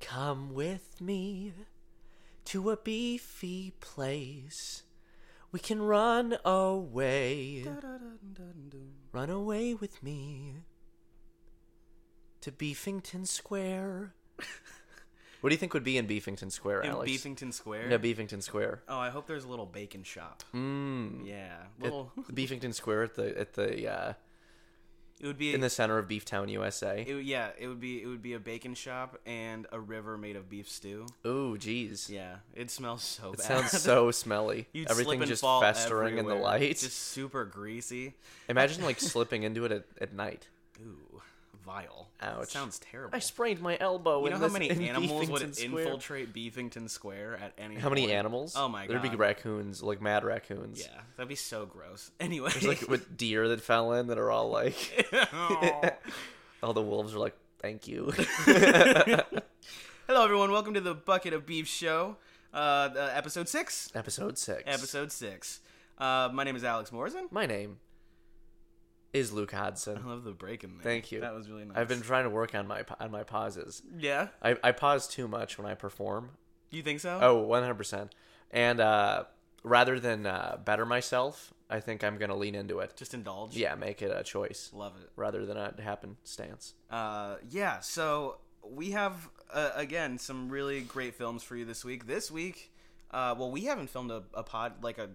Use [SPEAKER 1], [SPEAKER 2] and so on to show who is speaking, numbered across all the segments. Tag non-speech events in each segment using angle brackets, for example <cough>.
[SPEAKER 1] Come with me to a beefy place. We can run away. Run away with me to Beefington Square. <laughs> what do you think would be in Beefington Square,
[SPEAKER 2] In
[SPEAKER 1] Alex?
[SPEAKER 2] Beefington Square.
[SPEAKER 1] no, Beefington Square.
[SPEAKER 2] oh, I hope there's a little bacon shop.
[SPEAKER 1] Mm.
[SPEAKER 2] Yeah,
[SPEAKER 1] At
[SPEAKER 2] little.
[SPEAKER 1] Beefington Square at the at the uh,
[SPEAKER 2] <laughs> It would be
[SPEAKER 1] in the center of Beeftown, USA.
[SPEAKER 2] It, would- yeah, it would be it would be a bacon shop and a river made of beef stew.
[SPEAKER 1] Ooh, jeez.
[SPEAKER 2] Yeah, it smells so
[SPEAKER 1] It
[SPEAKER 2] bad.
[SPEAKER 1] sounds
[SPEAKER 2] <laughs>
[SPEAKER 1] so smelly.
[SPEAKER 2] You'd slip
[SPEAKER 1] Everything
[SPEAKER 2] and
[SPEAKER 1] just
[SPEAKER 2] fall
[SPEAKER 1] festering in the
[SPEAKER 2] everywhere.
[SPEAKER 1] light.
[SPEAKER 2] Just super greasy.
[SPEAKER 1] Imagine like slipping into it at, at night.
[SPEAKER 2] Ooh, vile.
[SPEAKER 1] Ouch.
[SPEAKER 2] It sounds terrible.
[SPEAKER 1] I sprained my elbow.
[SPEAKER 2] you know
[SPEAKER 1] in
[SPEAKER 2] how
[SPEAKER 1] this-
[SPEAKER 2] many
[SPEAKER 1] in
[SPEAKER 2] animals would
[SPEAKER 1] Beefington Square.
[SPEAKER 2] infiltrate Beefington Square at any
[SPEAKER 1] How many
[SPEAKER 2] point?
[SPEAKER 1] animals?
[SPEAKER 2] Oh my
[SPEAKER 1] There'd be
[SPEAKER 2] God.
[SPEAKER 1] raccoons, like mad raccoons.
[SPEAKER 2] Yeah, that'd be so gross. Anyway,
[SPEAKER 1] There's like
[SPEAKER 2] <laughs>
[SPEAKER 1] with deer that fell in that are all like, <laughs>
[SPEAKER 2] Oh.
[SPEAKER 1] all the wolves are like, thank
[SPEAKER 2] <laughs>
[SPEAKER 1] you.
[SPEAKER 2] Hello, everyone. Welcome to the Bucket of Beef Show, uh, uh, episode six.
[SPEAKER 1] Episode six.
[SPEAKER 2] Episode six. Uh, my name is Alex Morrison.
[SPEAKER 1] My name is Luke
[SPEAKER 2] I
[SPEAKER 1] Hodson.
[SPEAKER 2] love the break in there.
[SPEAKER 1] Thank you.
[SPEAKER 2] That was really Oh, nice.
[SPEAKER 1] I've been trying to work on my on my pauses.
[SPEAKER 2] Yeah,
[SPEAKER 1] I, I pause too much when I perform.
[SPEAKER 2] you think so?
[SPEAKER 1] Oh, 100%. And uh, rather than uh, better myself, I think I'm going to lean into it.
[SPEAKER 2] Just indulge.
[SPEAKER 1] Yeah, make it a choice
[SPEAKER 2] Love it.
[SPEAKER 1] rather than a happenstance.
[SPEAKER 2] Uh, yeah. So we have uh, again some really great films for you this week. This week, uh, well, we haven't filmed a, a pod like a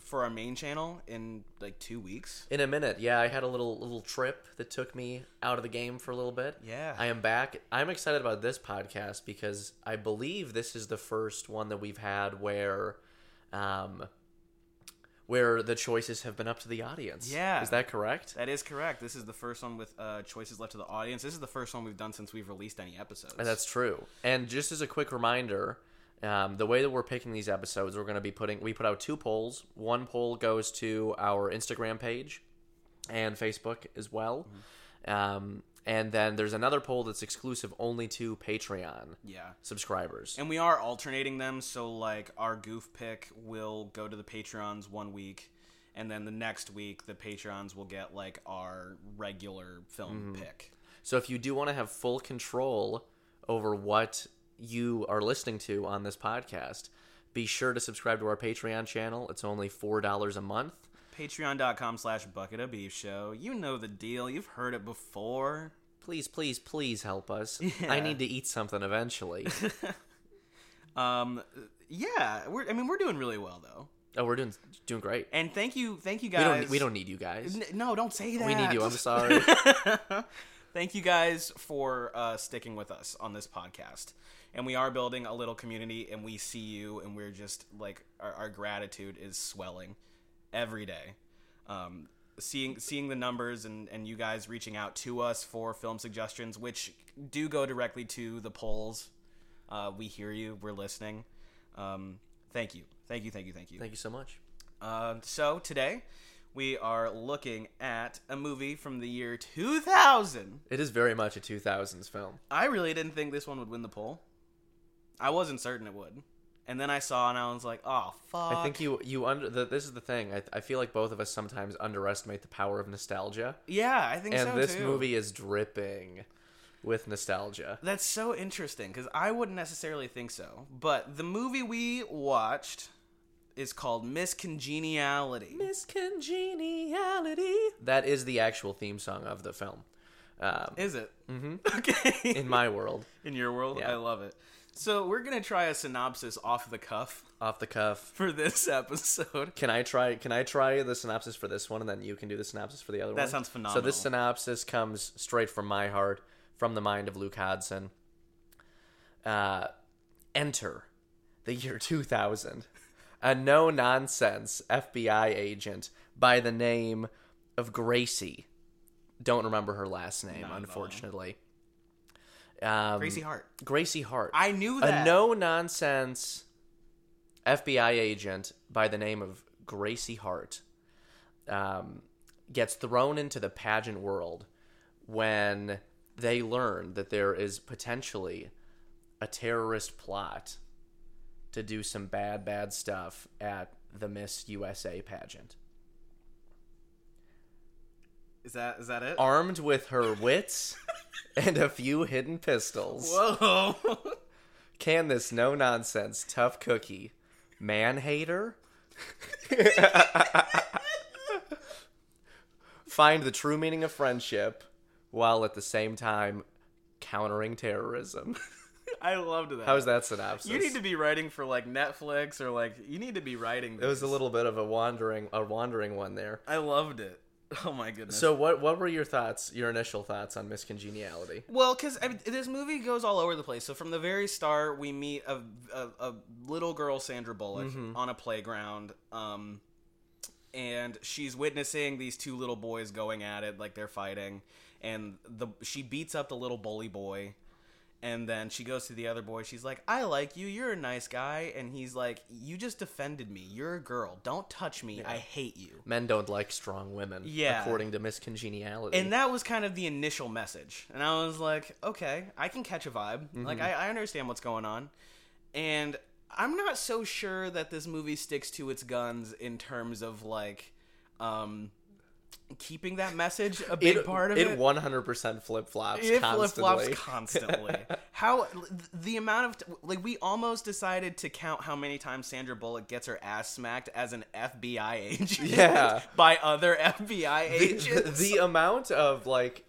[SPEAKER 2] for our main channel in like two weeks.
[SPEAKER 1] In a minute, yeah, I had a little little trip that took me out of the game for a little bit.
[SPEAKER 2] Yeah.
[SPEAKER 1] I am back. I'm excited about this podcast because I believe this is the first one that we've had where um where the choices have been up to the audience.
[SPEAKER 2] Yeah.
[SPEAKER 1] Is that correct?
[SPEAKER 2] That is correct. This is the first one with uh, choices left to the audience. This is the first one we've done since we've released any episodes.
[SPEAKER 1] That's true. And just as a quick reminder, um, the way that we're picking these episodes, we're going to be putting we put out two polls. One poll goes to our Instagram page and Facebook as well, um, and then there's another poll that's exclusive only to Patreon
[SPEAKER 2] yeah.
[SPEAKER 1] subscribers.
[SPEAKER 2] And we are alternating them, so like our goof pick will go to the Patreons one week, and then the next week the Patreons will get like our regular
[SPEAKER 1] Mm-hmm.
[SPEAKER 2] film pick.
[SPEAKER 1] So if you do want to have full control over what you are listening to on this podcast, be sure to subscribe to our Patreon channel. It's only four dollars a month.
[SPEAKER 2] Patreon.com slash bucket of beef show. You know the deal. You've heard it before.
[SPEAKER 1] please, please, please help us. I need to eat something
[SPEAKER 2] <laughs>
[SPEAKER 1] eventually.
[SPEAKER 2] Um yeah, we're I mean we're doing really well though.
[SPEAKER 1] oh, we're doing doing great.
[SPEAKER 2] And thank you thank you
[SPEAKER 1] We
[SPEAKER 2] guys.
[SPEAKER 1] don't we don't need you guys.
[SPEAKER 2] N- no, don't say that.
[SPEAKER 1] We need you. I'm
[SPEAKER 2] <laughs>
[SPEAKER 1] sorry.
[SPEAKER 2] Thank you guys for uh, sticking with us on this podcast. And we are building a little community, and we see you, and we're just like our, our gratitude is swelling every day. Um, seeing seeing the numbers and and you guys reaching out to us for film suggestions, which do go directly to the polls. Uh, we hear you. We're listening. Um, thank you. Thank you. Thank you. Thank you.
[SPEAKER 1] Thank you so much.
[SPEAKER 2] Uh, so today we are looking at a movie from the year 2000.
[SPEAKER 1] It is very much a 2000s film.
[SPEAKER 2] I really didn't think this one would win the poll. I wasn't certain it would. And then I saw and I was like, oh, fuck.
[SPEAKER 1] I think you you under the, this is the thing. I, I feel like both of us sometimes underestimate the power of nostalgia,
[SPEAKER 2] yeah, I think
[SPEAKER 1] and
[SPEAKER 2] so
[SPEAKER 1] this
[SPEAKER 2] too.
[SPEAKER 1] movie is dripping with nostalgia.
[SPEAKER 2] That's so interesting because I wouldn't necessarily think so. But the movie we watched is called Miss Congeniality.
[SPEAKER 1] Miss Congeniality. That is the actual theme song of the film. Um,
[SPEAKER 2] Is it? Mm-hmm. <laughs>
[SPEAKER 1] <laughs>
[SPEAKER 2] Okay.
[SPEAKER 1] in my world,
[SPEAKER 2] In your world?
[SPEAKER 1] Yeah.
[SPEAKER 2] I love it. So we're going to try a synopsis off the cuff
[SPEAKER 1] off the cuff,
[SPEAKER 2] for this <laughs> episode.
[SPEAKER 1] Can I try? Can I try the synopsis for this one, and then you can do the synopsis for the other one?
[SPEAKER 2] That sounds
[SPEAKER 1] So this
[SPEAKER 2] phenomenal.
[SPEAKER 1] synopsis comes straight from my heart, from the mind of Luke Hodson. Uh, enter the year 2000. A no nonsense FBI agent by the name of Gracie. Don't remember her last name,
[SPEAKER 2] at all.
[SPEAKER 1] unfortunately. Um,
[SPEAKER 2] Gracie Hart.
[SPEAKER 1] Gracie Hart
[SPEAKER 2] I knew that.
[SPEAKER 1] a no nonsense FBI agent by the name of Gracie Hart um, gets thrown into the pageant world when they learn that there is potentially a terrorist plot to do some bad, bad stuff at the Miss USA pageant.
[SPEAKER 2] Is that is that it?
[SPEAKER 1] armed with her wits and a few hidden pistols.
[SPEAKER 2] <laughs> Whoa. <laughs>
[SPEAKER 1] Can this no nonsense tough cookie man hater <laughs> find the true meaning of friendship while at the same time countering terrorism? <laughs>
[SPEAKER 2] I loved that.
[SPEAKER 1] How's that synopsis?
[SPEAKER 2] You need to be writing for like Netflix or like you need to be writing.
[SPEAKER 1] It was a
[SPEAKER 2] these.
[SPEAKER 1] little bit of a wandering, a wandering one there.
[SPEAKER 2] I loved it. <laughs> Oh my goodness.
[SPEAKER 1] So, what what were your thoughts, your initial thoughts on miscongeniality?
[SPEAKER 2] Well, because I mean, this movie goes all over the place. So from the very start, we meet a, a, a little girl, Sandra Bullock, on a playground, um, and she's witnessing these two little boys going at it, like they're fighting, and the she beats up the little bully boy, and then she goes to the other boy. She's like, "I like you. You're a nice guy," and he's like, "You just defended me. You're a girl. Don't touch me. I hate you."
[SPEAKER 1] Men don't like strong women,
[SPEAKER 2] Yeah.
[SPEAKER 1] according to miscongeniality.
[SPEAKER 2] And that was kind of the initial message. And I was like, okay, I can catch a vibe.
[SPEAKER 1] Mm-hmm.
[SPEAKER 2] Like, I, I understand what's going on. And I'm not so sure that this movie sticks to its guns in terms of, like, um, keeping that message a big part of it.
[SPEAKER 1] It 100% flip flops
[SPEAKER 2] It flip flops
[SPEAKER 1] constantly.
[SPEAKER 2] constantly.
[SPEAKER 1] <laughs>
[SPEAKER 2] how the amount of like we almost decided to count how many times Sandra Bullock gets her ass smacked as an FBI agent
[SPEAKER 1] Yeah.
[SPEAKER 2] <laughs> by other FBI
[SPEAKER 1] The-
[SPEAKER 2] agents.
[SPEAKER 1] the, the amount of like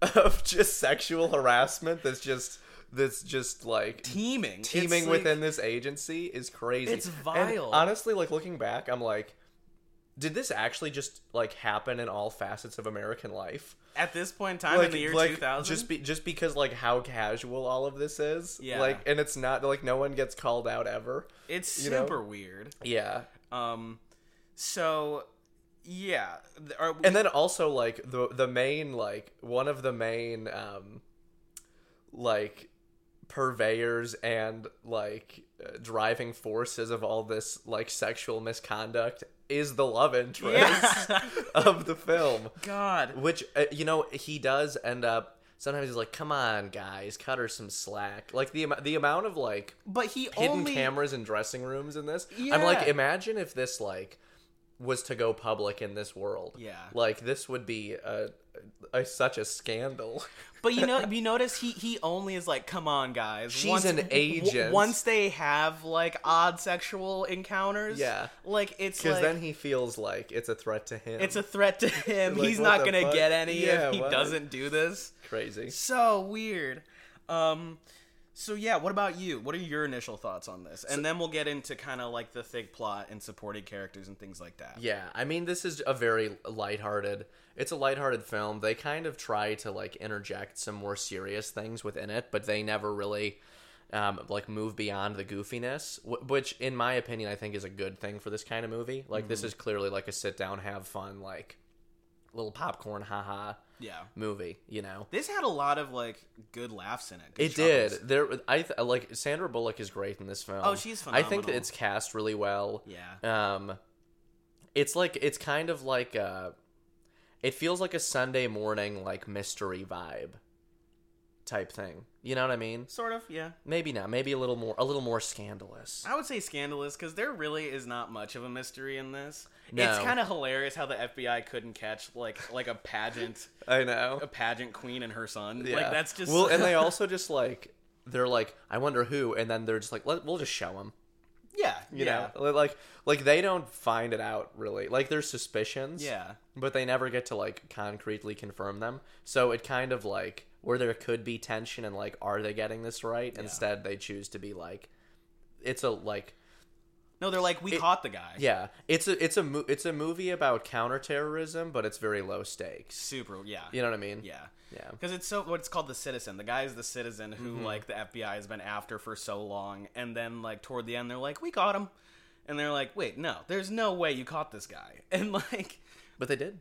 [SPEAKER 1] <laughs> of just sexual harassment that's just that's just like
[SPEAKER 2] teaming, It's
[SPEAKER 1] teeming
[SPEAKER 2] like-
[SPEAKER 1] within this agency is crazy.
[SPEAKER 2] It's
[SPEAKER 1] And
[SPEAKER 2] vile.
[SPEAKER 1] honestly, like looking back, I'm like, did this actually just like happen in all facets of American life?
[SPEAKER 2] at this point in time in the year 2000.
[SPEAKER 1] Just be, just because like how casual all of this is.
[SPEAKER 2] Yeah.
[SPEAKER 1] Like, and it's not like no one gets called out ever.
[SPEAKER 2] it's
[SPEAKER 1] you know?
[SPEAKER 2] super weird.
[SPEAKER 1] Yeah.
[SPEAKER 2] Um, so yeah, Th- are we-
[SPEAKER 1] and then also like the the main like one of the main um like purveyors and like uh, driving forces of all this like sexual misconduct is the love interest
[SPEAKER 2] Yeah.
[SPEAKER 1] <laughs> of the film
[SPEAKER 2] God,
[SPEAKER 1] which uh, you know he does end up sometimes he's like come on guys cut her some slack like the amou- the amount of like
[SPEAKER 2] but he
[SPEAKER 1] hidden
[SPEAKER 2] only
[SPEAKER 1] cameras in dressing rooms in this. I'm like,
[SPEAKER 2] Yeah.
[SPEAKER 1] imagine if this like was to go public in this world.
[SPEAKER 2] Yeah.
[SPEAKER 1] like this would be a, a such a scandal. <laughs>
[SPEAKER 2] But you know, you notice he he only is like, come on, guys.
[SPEAKER 1] She's an agent.
[SPEAKER 2] once they have like odd sexual encounters,
[SPEAKER 1] Yeah.
[SPEAKER 2] like it's
[SPEAKER 1] Because
[SPEAKER 2] like
[SPEAKER 1] then he feels like it's a threat to him. <laughs>
[SPEAKER 2] it's a threat to him.
[SPEAKER 1] Like,
[SPEAKER 2] He's
[SPEAKER 1] what
[SPEAKER 2] not
[SPEAKER 1] the
[SPEAKER 2] gonna
[SPEAKER 1] fuck?
[SPEAKER 2] get any
[SPEAKER 1] Yeah,
[SPEAKER 2] if he
[SPEAKER 1] what?
[SPEAKER 2] doesn't do this.
[SPEAKER 1] crazy.
[SPEAKER 2] So weird. Um so yeah, what about you? What are your initial thoughts on this? And then we'll get into kind of like the thick plot and supporting characters and things like that.
[SPEAKER 1] Yeah, I mean this is a very lighthearted. It's a lighthearted film. They kind of try to like interject some more serious things within it, but they never really um, like move beyond the goofiness, wh- which in my opinion I think is a good thing for this kind of movie. Like
[SPEAKER 2] Mm.
[SPEAKER 1] this is clearly like a sit down, have fun, like little popcorn, haha
[SPEAKER 2] Yeah.
[SPEAKER 1] movie. You know,
[SPEAKER 2] This had a lot of like good laughs in it. good
[SPEAKER 1] it
[SPEAKER 2] chuckles.
[SPEAKER 1] did. There, I th- like Sandra Bullock is great in this film.
[SPEAKER 2] Oh, she's
[SPEAKER 1] I think that
[SPEAKER 2] phenomenal.
[SPEAKER 1] it's cast really well.
[SPEAKER 2] Yeah.
[SPEAKER 1] Um, it's like it's kind of like uh it feels like a Sunday morning like mystery vibe type thing. You know what I mean?
[SPEAKER 2] Sort of, yeah.
[SPEAKER 1] Maybe not. Maybe a little more a little more scandalous.
[SPEAKER 2] I would say scandalous because there really is not much of a mystery in this. It's
[SPEAKER 1] No.
[SPEAKER 2] kind of hilarious how the FBI couldn't catch like like a pageant,
[SPEAKER 1] I know.
[SPEAKER 2] a pageant queen and her son. Like that's just
[SPEAKER 1] well,
[SPEAKER 2] <laughs>
[SPEAKER 1] and they also just like they're like I wonder who, and then they're just like Let, we'll just show them.
[SPEAKER 2] yeah,
[SPEAKER 1] You
[SPEAKER 2] yeah,
[SPEAKER 1] know, like like they don't find it out really. Like there's suspicions.
[SPEAKER 2] yeah.
[SPEAKER 1] but they never get to like concretely confirm them. So it kind of like where there could be tension and like are they getting this right? Instead, they choose to be like it's a like
[SPEAKER 2] No, they're like we caught the guy.
[SPEAKER 1] yeah, it's a it's a mo- it's a movie about counterterrorism, but it's very low stakes.
[SPEAKER 2] super yeah
[SPEAKER 1] You know what I mean?
[SPEAKER 2] yeah
[SPEAKER 1] Yeah.
[SPEAKER 2] because it's so what's called the citizen the guy is the citizen who
[SPEAKER 1] Mm-hmm.
[SPEAKER 2] like the fbi has been after for so long and then like toward the end they're like we caught him and they're like wait no there's no way you caught this guy <laughs> and like
[SPEAKER 1] But they did.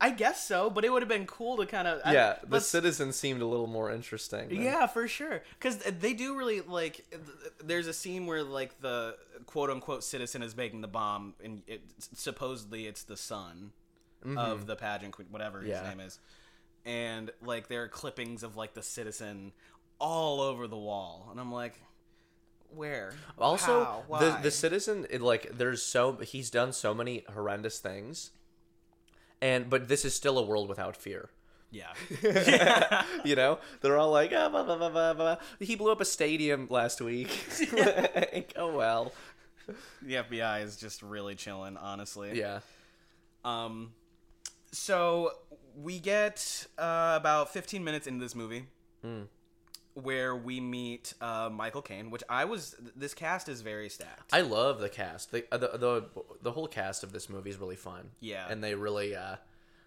[SPEAKER 2] i guess so but it would have been cool to kind of
[SPEAKER 1] Yeah,
[SPEAKER 2] I,
[SPEAKER 1] the
[SPEAKER 2] but-
[SPEAKER 1] citizen seemed a little more interesting. than-
[SPEAKER 2] yeah for sure because they do really like th- there's a scene where like the quote unquote citizen is making the bomb and it supposedly it's the son of the pageant queen whatever his
[SPEAKER 1] Mm-hmm. Yeah.
[SPEAKER 2] name is and like there are clippings of like the citizen all over the wall and i'm like where
[SPEAKER 1] Also,
[SPEAKER 2] How?
[SPEAKER 1] the
[SPEAKER 2] Why?
[SPEAKER 1] the citizen, it, like, there's so he's done so many horrendous things, and but this is still a world without fear.
[SPEAKER 2] Yeah.
[SPEAKER 1] <laughs> you know, they're all like, ah, blah, blah, blah, blah, blah. he blew up a stadium last week. <laughs> Like, oh well,
[SPEAKER 2] <laughs> the FBI is just really chilling, honestly.
[SPEAKER 1] yeah.
[SPEAKER 2] Um, so we get uh, about 15 minutes into this movie
[SPEAKER 1] Hmm.
[SPEAKER 2] where we meet uh, Michael Caine, which I was. This cast is very stacked.
[SPEAKER 1] I love the cast. The, uh, the the the whole cast of this movie is really fun.
[SPEAKER 2] Yeah.
[SPEAKER 1] and they really, uh,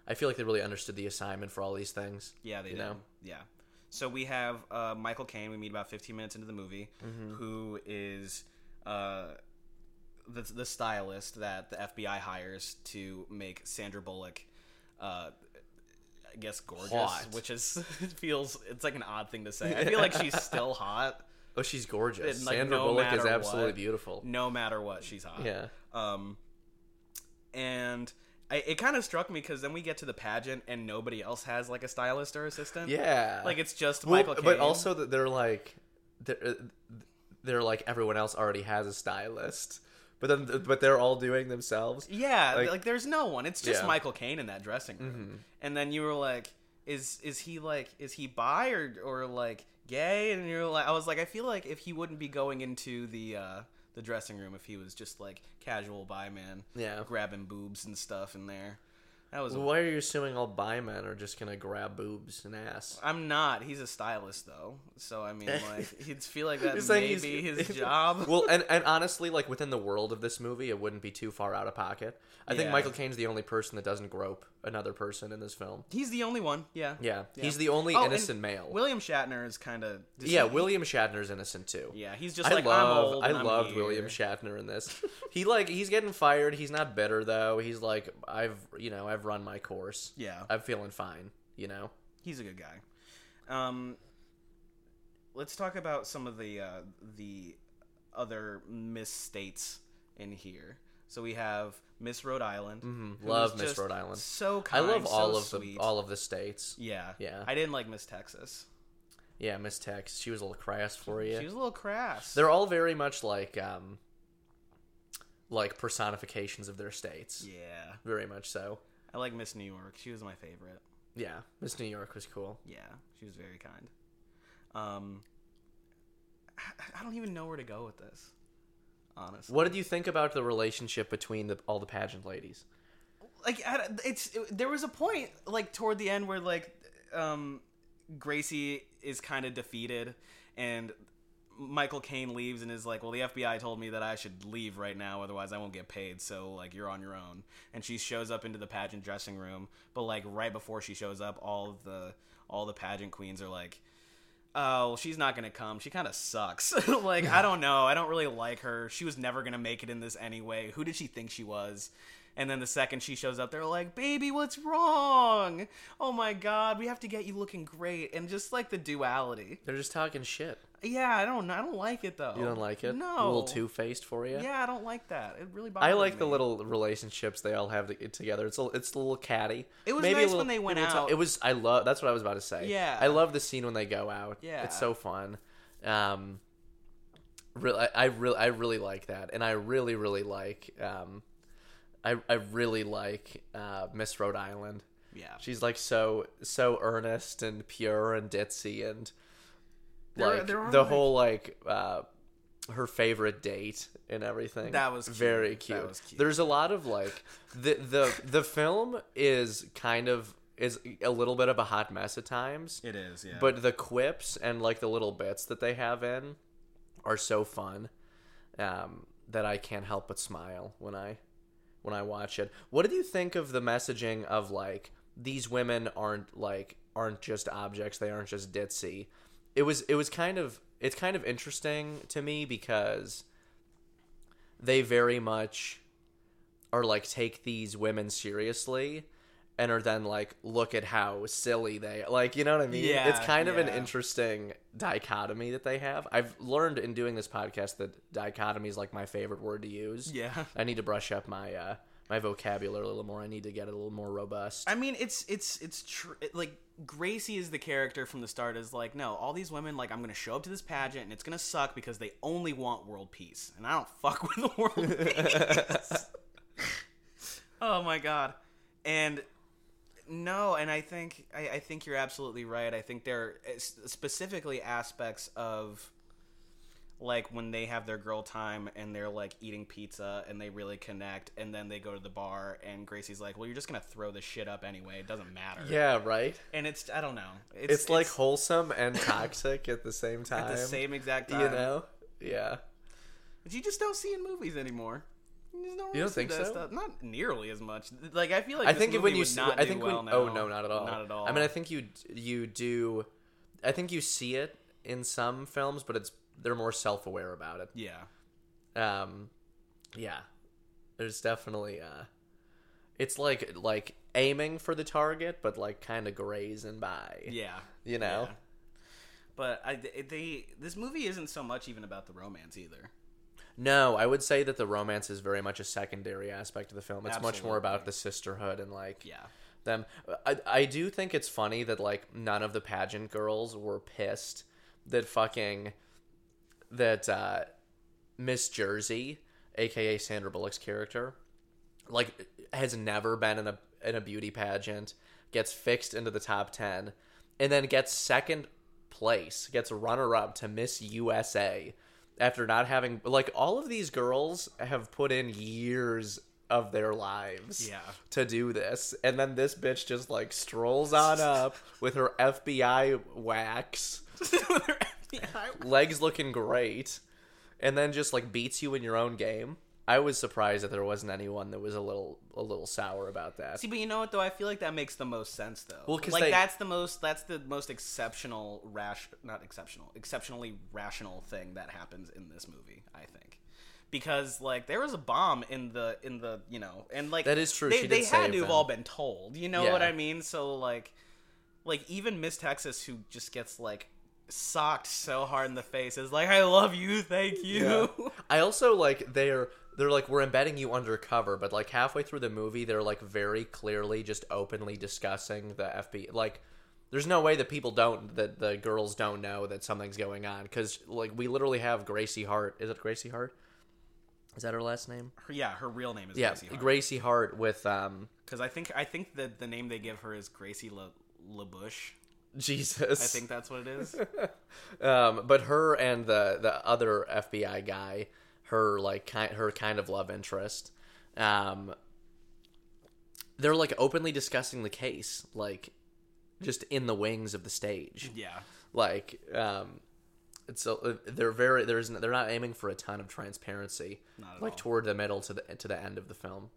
[SPEAKER 1] I feel like they really understood the assignment for all these things.
[SPEAKER 2] yeah, they
[SPEAKER 1] you
[SPEAKER 2] do.
[SPEAKER 1] know.
[SPEAKER 2] Yeah. So we have uh, Michael Caine. We meet about 15 minutes into the movie,
[SPEAKER 1] Mm-hmm.
[SPEAKER 2] who is uh, the the stylist that the FBI hires to make Sandra Bullock. Uh, I guess gorgeous,
[SPEAKER 1] Hot.
[SPEAKER 2] which is <laughs> it feels it's like an odd thing to say. I feel like
[SPEAKER 1] <laughs>
[SPEAKER 2] she's still hot.
[SPEAKER 1] Oh, she's gorgeous.
[SPEAKER 2] And, like,
[SPEAKER 1] Sandra
[SPEAKER 2] no
[SPEAKER 1] Bullock is
[SPEAKER 2] matter
[SPEAKER 1] absolutely
[SPEAKER 2] what.
[SPEAKER 1] beautiful.
[SPEAKER 2] no matter what she's hot
[SPEAKER 1] Yeah,
[SPEAKER 2] um and I, it kind of struck me because then we get to the pageant and nobody else has like a stylist or assistant
[SPEAKER 1] yeah.
[SPEAKER 2] like it's just
[SPEAKER 1] Well,
[SPEAKER 2] michael Caine.
[SPEAKER 1] but also that they're like, they're, uh, they're like everyone else already has a stylist, but then but they're all doing themselves.
[SPEAKER 2] yeah
[SPEAKER 1] like-
[SPEAKER 2] like, there's no one it's just
[SPEAKER 1] Yeah. Mm-hmm.
[SPEAKER 2] michael Caine in that dressing room and then you were like is is he like is he bi or or like gay and you're like i was like i feel like if he wouldn't be going into the uh the dressing room if he was just like casual bi man
[SPEAKER 1] Yeah.
[SPEAKER 2] grabbing boobs and stuff in there that was a
[SPEAKER 1] Why are you assuming all bi men are just gonna grab boobs and
[SPEAKER 2] <laughs>
[SPEAKER 1] ass?
[SPEAKER 2] I'm not. He's a stylist though,
[SPEAKER 1] <laughs>
[SPEAKER 2] so I mean, like, he'd feel like that
[SPEAKER 1] You're
[SPEAKER 2] may
[SPEAKER 1] saying
[SPEAKER 2] be
[SPEAKER 1] he's- <laughs>
[SPEAKER 2] his job.
[SPEAKER 1] well, and, and honestly, like within the world of this movie, it wouldn't be too far out of pocket. I think
[SPEAKER 2] Yeah.
[SPEAKER 1] Michael Caine's the only person that doesn't grope another person in this film.
[SPEAKER 2] He's the only one. Yeah.
[SPEAKER 1] Yeah, he's the only
[SPEAKER 2] Oh, and
[SPEAKER 1] innocent male.
[SPEAKER 2] William Shatner is kind of.
[SPEAKER 1] yeah, William Shatner's innocent too.
[SPEAKER 2] Yeah, he's just
[SPEAKER 1] I
[SPEAKER 2] like
[SPEAKER 1] love,
[SPEAKER 2] I'm old.
[SPEAKER 1] I
[SPEAKER 2] and I'm
[SPEAKER 1] loved
[SPEAKER 2] here."
[SPEAKER 1] William Shatner in
[SPEAKER 2] <laughs>
[SPEAKER 1] this. he like he's getting fired. He's not bitter though. He's like I've you know I've run my course.
[SPEAKER 2] Yeah,
[SPEAKER 1] I'm feeling fine. You know.
[SPEAKER 2] he's a good guy. Um, let's talk about some of the uh, the other misstates in here. So we have Miss Rhode Island. who
[SPEAKER 1] Mm-hmm. Love
[SPEAKER 2] was
[SPEAKER 1] Miss
[SPEAKER 2] just
[SPEAKER 1] Rhode Island.
[SPEAKER 2] So
[SPEAKER 1] I
[SPEAKER 2] kind.
[SPEAKER 1] love
[SPEAKER 2] so
[SPEAKER 1] all of
[SPEAKER 2] sweet.
[SPEAKER 1] the all of the states.
[SPEAKER 2] Yeah.
[SPEAKER 1] Yeah.
[SPEAKER 2] I didn't like Miss Texas.
[SPEAKER 1] Yeah, Miss Tex. She was a little crass for you.
[SPEAKER 2] She was a little crass.
[SPEAKER 1] They're all very much like um like personifications of their states.
[SPEAKER 2] Yeah.
[SPEAKER 1] Very much so.
[SPEAKER 2] I like Miss New York. She was my favorite.
[SPEAKER 1] Yeah. Miss New York was cool.
[SPEAKER 2] Yeah, she was very kind. Um I- I don't even know where to go with this. Honestly.
[SPEAKER 1] What did you think about the relationship between the, all the pageant ladies?
[SPEAKER 2] Like I, don't- it's it- there was a point like toward the end where like um Gracie is kind of defeated and Michael Caine leaves and is like, "Well, the FBI told me that I should leave right now, otherwise I won't get paid. So like, you're on your own." And she shows up into the pageant dressing room, but like right before she shows up, all of the all the pageant queens are like, "Oh, well, she's not gonna come. She kind
[SPEAKER 1] <laughs>
[SPEAKER 2] of sucks. <laughs> like, I don't know. I don't really like her. She was never gonna make it in this anyway. Who did she think she was?" And then the second she shows up, they're like, "Baby, what's wrong? Oh my God, we have to get you looking great." And just like the duality.
[SPEAKER 1] They're just talking shit.
[SPEAKER 2] Yeah, I don't. I don't like it though.
[SPEAKER 1] You don't like it?
[SPEAKER 2] Oh, No,
[SPEAKER 1] A little two faced for you?
[SPEAKER 2] Yeah, I don't like that. It really bothers.
[SPEAKER 1] I like the
[SPEAKER 2] me.
[SPEAKER 1] little relationships they all have to, together. It's a, it's a little catty.
[SPEAKER 2] It was
[SPEAKER 1] a
[SPEAKER 2] nice when they went
[SPEAKER 1] a little ti-
[SPEAKER 2] out.
[SPEAKER 1] It was I love that's what I was about to say.
[SPEAKER 2] Yeah.
[SPEAKER 1] I love the scene when they go out.
[SPEAKER 2] Yeah.
[SPEAKER 1] it's so fun. Um, really, I, I really I really like that, and I really really like um, I I really like uh, Miss Rhode Island.
[SPEAKER 2] Yeah,
[SPEAKER 1] She's like so so earnest and pure and ditzy and
[SPEAKER 2] There are-
[SPEAKER 1] like
[SPEAKER 2] there are,
[SPEAKER 1] the
[SPEAKER 2] like-
[SPEAKER 1] whole like uh her favorite date and everything.
[SPEAKER 2] That was cute.
[SPEAKER 1] very
[SPEAKER 2] That
[SPEAKER 1] cute.
[SPEAKER 2] was cute.
[SPEAKER 1] There's a lot of like the the the film is kind of is a little bit of a hot mess at times,
[SPEAKER 2] it is. Yeah,
[SPEAKER 1] but the quips and like the little bits that they have in are so fun um, that I can't help but smile when I when I watch it. What did you think of the messaging of like these women aren't like aren't just objects, they aren't just ditzy. It was it was kind of it's kind of interesting to me because they very much are like take these women seriously and are then like look at how silly they like you know what I mean?
[SPEAKER 2] Yeah,
[SPEAKER 1] it's kind of an
[SPEAKER 2] yeah.
[SPEAKER 1] interesting dichotomy that they have. I've learned in doing this podcast that dichotomy is like my favorite word to use.
[SPEAKER 2] yeah.
[SPEAKER 1] I need to brush up my uh, my vocabulary a little more. I need to get it a little more robust.
[SPEAKER 2] I mean, it's it's it's true. It, like Gracie is the character from the start is like, no, all these women like I'm gonna show up to this pageant and it's gonna suck because they only want world peace and I don't fuck <laughs> with the world peace. oh my god, and No, and I think I, I think you're absolutely right. I think there are s- specifically aspects of like when they have their girl time and they're like eating pizza and they really connect and then they go to the bar and Gracie's like, "Well, you're just going to throw this shit up anyway. It doesn't matter."
[SPEAKER 1] Yeah, right.
[SPEAKER 2] And it's I don't know. It's,
[SPEAKER 1] It's, like wholesome and toxic at the same time.
[SPEAKER 2] <laughs> at the same exact
[SPEAKER 1] you
[SPEAKER 2] time.
[SPEAKER 1] know? Yeah.
[SPEAKER 2] But you just don't see in movies anymore. You,
[SPEAKER 1] You
[SPEAKER 2] just don't
[SPEAKER 1] don't
[SPEAKER 2] really see
[SPEAKER 1] think
[SPEAKER 2] that
[SPEAKER 1] so?
[SPEAKER 2] Stuff. Not nearly as much. Like I feel like
[SPEAKER 1] I
[SPEAKER 2] this
[SPEAKER 1] think
[SPEAKER 2] movie
[SPEAKER 1] when you
[SPEAKER 2] would
[SPEAKER 1] s-
[SPEAKER 2] not
[SPEAKER 1] I
[SPEAKER 2] do
[SPEAKER 1] think
[SPEAKER 2] well
[SPEAKER 1] when
[SPEAKER 2] now.
[SPEAKER 1] oh no not at all
[SPEAKER 2] Not at all.
[SPEAKER 1] I mean I think you you do I think you see it in some films but it's they're more self aware about it
[SPEAKER 2] yeah.
[SPEAKER 1] um yeah there's definitely uh it's like like aiming for the target but like kind of grazing by
[SPEAKER 2] Yeah.
[SPEAKER 1] you know
[SPEAKER 2] Yeah. But I they this movie isn't so much even about the romance either.
[SPEAKER 1] no i would say that the romance is very much a secondary aspect of the film it's much more
[SPEAKER 2] Absolutely.
[SPEAKER 1] about the sisterhood and like
[SPEAKER 2] Yeah.
[SPEAKER 1] them I, I do think it's funny that like none of the pageant girls were pissed that fucking that uh miss jersey aka sandra bullock's character like has never been in a in a beauty pageant, gets fixed into the top ten, and then gets second place, gets runner up to Miss USA after not having like all of these girls have put in years of their lives
[SPEAKER 2] <laughs> Yeah.
[SPEAKER 1] to do this and then this bitch just like strolls on up with her FBI wax legs looking great, and then just like beats you in your own game. I was surprised that there wasn't anyone that was a little a little sour about that.
[SPEAKER 2] See, but you know what though? I feel like that makes the most sense though.
[SPEAKER 1] Well, 'cause
[SPEAKER 2] like
[SPEAKER 1] they-
[SPEAKER 2] that's the most that's the most exceptional rash not exceptional exceptionally rational thing that happens in this movie. I think because like there was a bomb in the in the you know and like
[SPEAKER 1] That is true.
[SPEAKER 2] They,
[SPEAKER 1] She did
[SPEAKER 2] they had
[SPEAKER 1] save
[SPEAKER 2] to have
[SPEAKER 1] them.
[SPEAKER 2] all been told. You know
[SPEAKER 1] Yeah.
[SPEAKER 2] what I mean? So like like even Miss Texas who just gets like socked so hard in the face is like I love you, thank you.
[SPEAKER 1] I also like they're they're like we're embedding you undercover, but like halfway through the movie, they're like very clearly just openly discussing the FBI. Like, there's no way that people don't that the girls don't know that something's going on because like we literally have Gracie Hart. Is it Gracie Hart? Is that her last name?
[SPEAKER 2] <laughs> Her- yeah, her real name is
[SPEAKER 1] Yeah,
[SPEAKER 2] Gracie Hart.
[SPEAKER 1] Gracie Hart with um <laughs>
[SPEAKER 2] Because I think I think that the name they give her is Gracie La LaBouche.
[SPEAKER 1] Jesus.
[SPEAKER 2] I think that's what
[SPEAKER 1] <laughs>
[SPEAKER 2] it is.
[SPEAKER 1] Um, but her and the the other FBI guy, her like kind her kind of love interest, um, they're like openly discussing the case, like just in the wings of the stage.
[SPEAKER 2] yeah,
[SPEAKER 1] Like, um, it's a, they're very there's they're not aiming for a ton of transparency,
[SPEAKER 2] Not at
[SPEAKER 1] like
[SPEAKER 2] all.
[SPEAKER 1] toward the middle to the to the end of the film,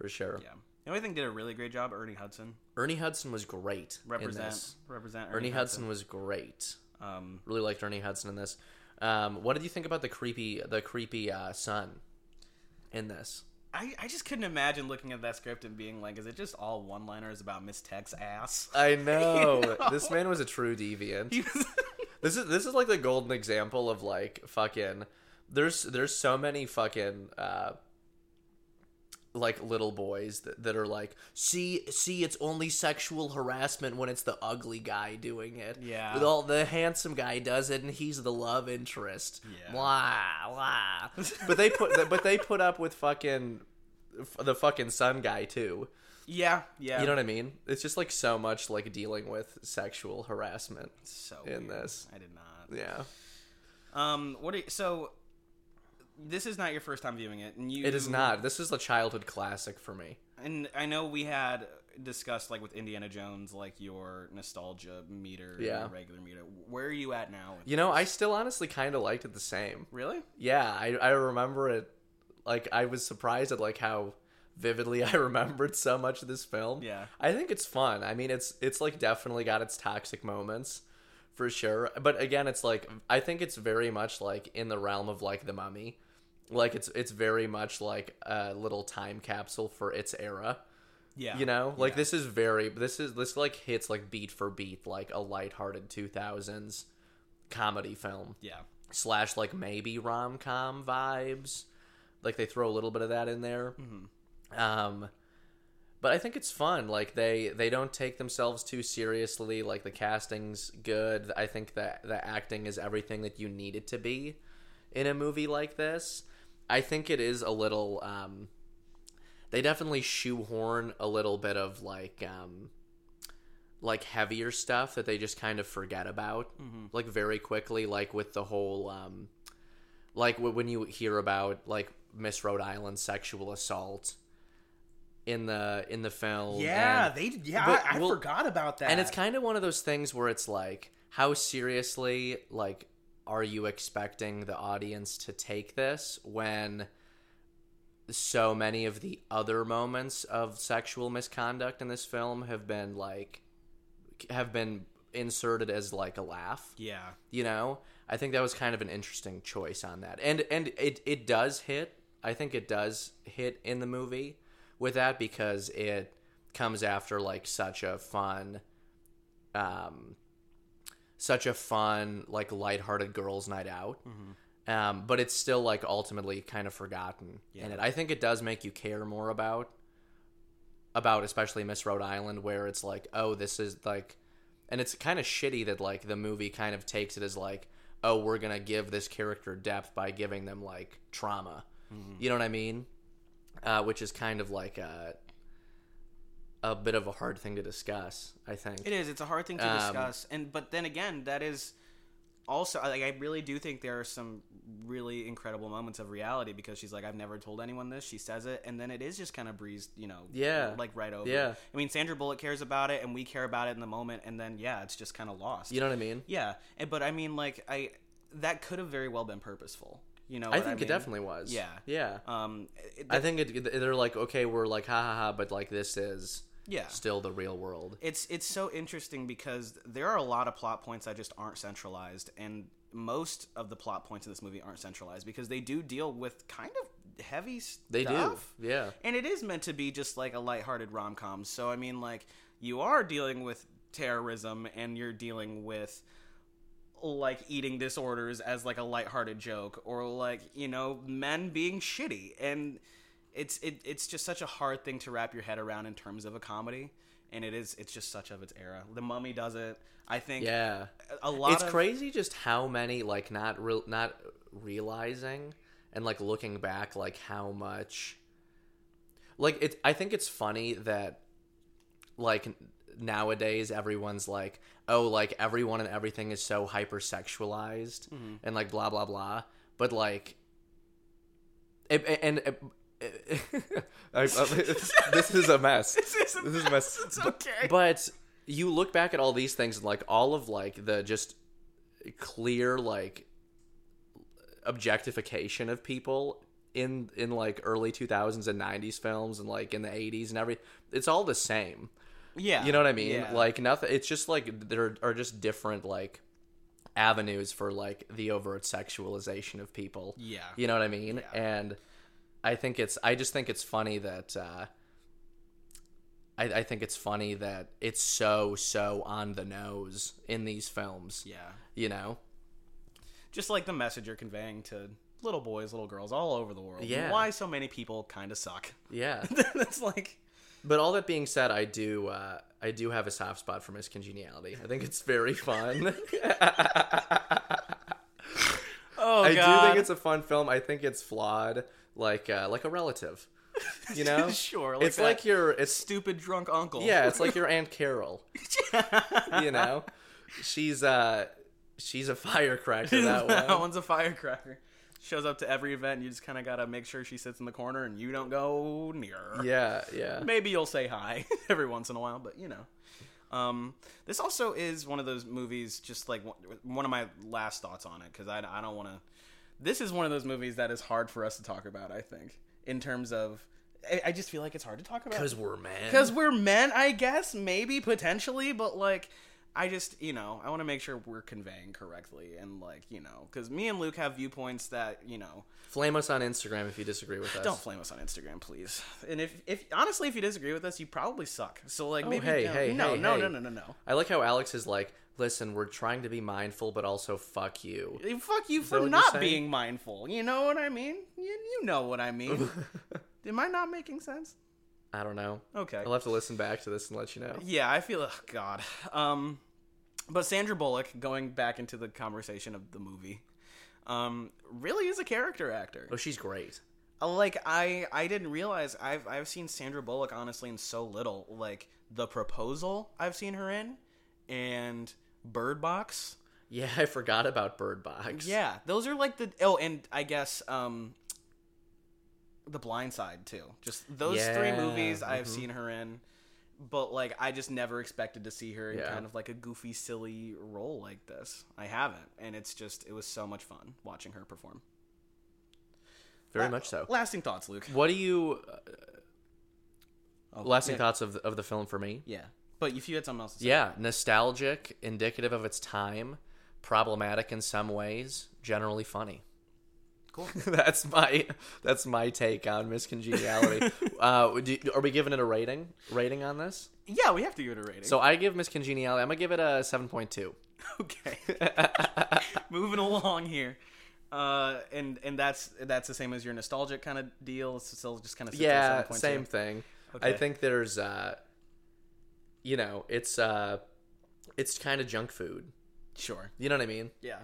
[SPEAKER 1] for sure.
[SPEAKER 2] yeah. You know, I think did a really great job. Ernie Hudson
[SPEAKER 1] Ernie Hudson was great. in
[SPEAKER 2] represent
[SPEAKER 1] this.
[SPEAKER 2] represent
[SPEAKER 1] Ernie Hudson was great.
[SPEAKER 2] Um,
[SPEAKER 1] really liked Ernie Hudson in this. Um, what did you think about the creepy the creepy uh, son in this?
[SPEAKER 2] I I just couldn't imagine looking at that script and being like, is it just all one liners about Miss Tech's ass? <laughs>
[SPEAKER 1] I know. <laughs> this man was a true deviant.
[SPEAKER 2] He was-
[SPEAKER 1] This is this is like the golden example of like fucking. There's there's so many fucking. Uh, like little boys that, that are like see see it's only sexual harassment when it's the ugly guy doing it
[SPEAKER 2] Yeah.
[SPEAKER 1] with all the handsome guy does it and he's the love interest
[SPEAKER 2] Yeah.
[SPEAKER 1] blah blah but they put but they put up with fucking the fucking sun guy too
[SPEAKER 2] yeah, yeah.
[SPEAKER 1] you know what i mean it's just like so much like dealing with sexual harassment
[SPEAKER 2] so
[SPEAKER 1] in
[SPEAKER 2] weird.
[SPEAKER 1] this.
[SPEAKER 2] I did not.
[SPEAKER 1] yeah
[SPEAKER 2] Um, what are you, so? This is not your first time viewing it, and you
[SPEAKER 1] it is not this is a childhood classic for me
[SPEAKER 2] And I know we had discussed like with Indiana Jones, like your nostalgia meter,
[SPEAKER 1] Yeah.
[SPEAKER 2] your regular meter. Where are you at now?
[SPEAKER 1] you know i still honestly kind of liked it the same
[SPEAKER 2] Really?
[SPEAKER 1] yeah I, I remember it like i was surprised at like how vividly <laughs> i remembered so much of this film
[SPEAKER 2] Yeah.
[SPEAKER 1] i think it's fun i mean it's it's like definitely got its toxic moments for sure but again it's like i think it's very much like in the realm of like the mummy like it's it's very much like a little time capsule for its era
[SPEAKER 2] Yeah.
[SPEAKER 1] you know like
[SPEAKER 2] Yeah.
[SPEAKER 1] this is very this is this like hits like beat for beat like a lighthearted 2000s comedy film
[SPEAKER 2] Yeah.
[SPEAKER 1] slash like maybe rom com vibes. Like they throw a little bit of that in there.
[SPEAKER 2] Mm-hmm.
[SPEAKER 1] Um, but I think it's fun. Like they they don't take themselves too seriously. Like the casting's good. I think that the acting is everything that you need it to be in a movie like this. I think it is a little. Um, they definitely shoehorn a little bit of like um like heavier stuff that they just kind of forget about
[SPEAKER 2] Mm-hmm.
[SPEAKER 1] like very quickly like with the whole um like wh- when you hear about like Miss Rhode Island sexual assault in the in the film
[SPEAKER 3] Yeah,
[SPEAKER 1] and-
[SPEAKER 3] they. Yeah,
[SPEAKER 1] but-
[SPEAKER 3] I, I
[SPEAKER 1] well,
[SPEAKER 3] forgot about that.
[SPEAKER 1] and it's kind of one of those things where it's like, how seriously, like, are you expecting the audience to take this when so many of the other moments of sexual misconduct in this film have been like have been inserted as like a laugh
[SPEAKER 2] Yeah.
[SPEAKER 1] you know i think that was kind of an interesting choice on that and and it it does hit i think it does hit in the movie with that because it comes after like such a fun um such a fun like lighthearted girls night out
[SPEAKER 2] Mm-hmm.
[SPEAKER 1] um but it's still like ultimately kind of forgotten in it i think it does make you care more about about especially miss rhode island where it's like oh this is like and it's kind of shitty that like the movie kind of takes it as like oh we're gonna give this character depth by giving them like trauma
[SPEAKER 2] Mm-hmm.
[SPEAKER 1] you know what i mean uh, which is kind of like a a bit of a hard thing to discuss i think
[SPEAKER 2] It is. It's a hard thing to
[SPEAKER 1] Um,
[SPEAKER 2] discuss, and but then again, that is also like I really do think there are some really incredible moments of reality because she's like, I've never told anyone this. She says it, and then it is just kind of breezed, you know,
[SPEAKER 1] Yeah.
[SPEAKER 2] like right over.
[SPEAKER 1] Yeah.
[SPEAKER 2] I mean, Sandra Bullock cares about it, and we care about it in the moment, and then yeah, it's just kind of lost.
[SPEAKER 1] you know what i mean
[SPEAKER 2] yeah, and, but I mean, like I that could have very well been purposeful. You know,
[SPEAKER 1] i
[SPEAKER 2] what
[SPEAKER 1] think it
[SPEAKER 2] mean?
[SPEAKER 1] definitely was
[SPEAKER 2] Yeah.
[SPEAKER 1] yeah
[SPEAKER 2] Um, it,
[SPEAKER 1] i think it, they're like okay we're like ha ha ha but like this is
[SPEAKER 2] yeah.
[SPEAKER 1] still the real world
[SPEAKER 2] It's it's so interesting because there are a lot of plot points that just aren't centralized, and most of the plot points in this movie aren't centralized because they do deal with kind of heavy stuff.
[SPEAKER 1] they do yeah
[SPEAKER 2] and it is meant to be just like a lighthearted rom com. So I mean, like you are dealing with terrorism, and you're dealing with like eating disorders as like a lighthearted joke, or like you know men being shitty, and it's it, it's just such a hard thing to wrap your head around in terms of a comedy. And it is it's just such of its era. The Mummy does it. I think
[SPEAKER 1] yeah
[SPEAKER 2] a lot.
[SPEAKER 1] it's
[SPEAKER 2] of, <laughs>
[SPEAKER 1] crazy just how many like not real not realizing and like looking back like how much like it i think it's funny that like nowadays everyone's like oh like everyone and everything is so hypersexualized and like blah blah blah but like it, it- and it, <laughs> I, I, this is a mess. This
[SPEAKER 2] is a
[SPEAKER 1] mess. <laughs>
[SPEAKER 2] It's okay.
[SPEAKER 1] But you look back at all these things and like all of like the just clear like objectification of people in in like early 2000s and 90s films and like in the 80s and every it's all the same.
[SPEAKER 2] yeah,
[SPEAKER 1] You know what I mean?
[SPEAKER 2] yeah.
[SPEAKER 1] Like nothing it's just like there are just different like avenues for like the overt sexualization of people.
[SPEAKER 2] yeah,
[SPEAKER 1] You know what I mean? And I think it's I just think it's funny that uh I, I think it's funny that it's so so on the nose in these films.
[SPEAKER 2] yeah.
[SPEAKER 1] You know?
[SPEAKER 2] just like the message you're conveying to little boys, little girls all over the world.
[SPEAKER 1] Yeah.
[SPEAKER 2] Why so many people kind of suck. <laughs>
[SPEAKER 1] Yeah.
[SPEAKER 2] That's like,
[SPEAKER 1] <laughs> but all that being said, I do uh I do have a soft spot for Miss Congeniality. I think it's very
[SPEAKER 2] <laughs>
[SPEAKER 1] fun. <laughs>
[SPEAKER 2] oh
[SPEAKER 1] I
[SPEAKER 2] god.
[SPEAKER 1] do think it's a fun film. I think it's flawed, like uh, like a relative. You
[SPEAKER 2] <laughs>
[SPEAKER 1] know?
[SPEAKER 2] sure.
[SPEAKER 1] it's
[SPEAKER 2] that
[SPEAKER 1] like your it's
[SPEAKER 2] stupid drunk uncle. <laughs>
[SPEAKER 1] Yeah, it's like your Aunt Carol. you know, she's uh, she's a firecracker. That,
[SPEAKER 2] <laughs> that,
[SPEAKER 1] one.
[SPEAKER 2] one's a firecracker. Shows up to every event. You just kind of gotta make sure she sits in the corner and you don't go near. her.
[SPEAKER 1] Yeah, yeah.
[SPEAKER 2] Maybe you'll say hi <laughs> every once in a while, but you know. Um, this also is one of those movies. Just like one- one of my last thoughts on it, because I, I don't want to. This is one of those movies that is hard for us to talk about. I think in terms of, I, I just feel like it's hard to talk about
[SPEAKER 1] Because we're men.
[SPEAKER 2] because we're men, I guess, maybe potentially, but like, I just you know, I want to make sure we're conveying correctly and like you know, because me and Luke have viewpoints that you know,
[SPEAKER 1] flame us on Instagram if you disagree with us.
[SPEAKER 2] don't flame us on Instagram, please. And if if honestly, if you disagree with us, you probably suck. So like, maybe
[SPEAKER 1] Oh, hey,
[SPEAKER 2] no,
[SPEAKER 1] hey,
[SPEAKER 2] no,
[SPEAKER 1] hey,
[SPEAKER 2] no,
[SPEAKER 1] hey.
[SPEAKER 2] no, no, no, no.
[SPEAKER 1] I like how Alex is like, listen, we're trying to be mindful, but also fuck you.
[SPEAKER 2] Eh, Fuck you for
[SPEAKER 1] what you're
[SPEAKER 2] not
[SPEAKER 1] saying?
[SPEAKER 2] being mindful. You know what I mean? You, you know what I
[SPEAKER 1] <laughs>
[SPEAKER 2] mean. Am I not making sense?
[SPEAKER 1] I don't know.
[SPEAKER 2] Okay.
[SPEAKER 1] I'll have to listen back to this and let you know.
[SPEAKER 2] Yeah, I feel oh god. Um but Sandra Bullock going back into the conversation of the movie. Um really is a character actor.
[SPEAKER 1] Oh, she's great.
[SPEAKER 2] like I I didn't realize I've I've seen Sandra Bullock honestly in so little. Like The Proposal, I've seen her in, and Bird Box.
[SPEAKER 1] Yeah, <laughs> I forgot about Bird Box.
[SPEAKER 2] Yeah, those are like the oh, and I guess um, The Blind Side too. Just those three
[SPEAKER 1] Yeah,
[SPEAKER 2] movies I've
[SPEAKER 1] mhm.
[SPEAKER 2] seen her in, but like I just never expected to see her in
[SPEAKER 1] Yeah.
[SPEAKER 2] kind of like a goofy, silly role like this. I haven't, and it's just it was so much fun watching her perform.
[SPEAKER 1] very
[SPEAKER 2] La-
[SPEAKER 1] much so.
[SPEAKER 2] Lasting thoughts, Luke. <laughs>
[SPEAKER 1] What do you
[SPEAKER 2] Oh,
[SPEAKER 1] lasting
[SPEAKER 2] yeah,
[SPEAKER 1] thoughts of the, of the film for me?
[SPEAKER 2] Yeah, but if you had something else to say,
[SPEAKER 1] Yeah, nostalgic, indicative of its time, problematic in some ways, generally funny.
[SPEAKER 2] cool.
[SPEAKER 1] <laughs> that's my that's my take on
[SPEAKER 2] <laughs>
[SPEAKER 1] miscongeniality. uh, do, are we giving it a rating? Rating on this?
[SPEAKER 2] Yeah, we have to give it a rating.
[SPEAKER 1] So I give miscongeniality. I'm gonna give it a seven point two.
[SPEAKER 2] <laughs> okay, <laughs> moving along here. Uh, and and that's that's the same as your nostalgic kind of deal. It's still just kind of
[SPEAKER 1] yeah, same thing. I
[SPEAKER 2] Okay.
[SPEAKER 1] think there's uh, you know, it's uh, it's kind of junk food.
[SPEAKER 2] Sure.
[SPEAKER 1] You know what I mean?
[SPEAKER 2] Yeah.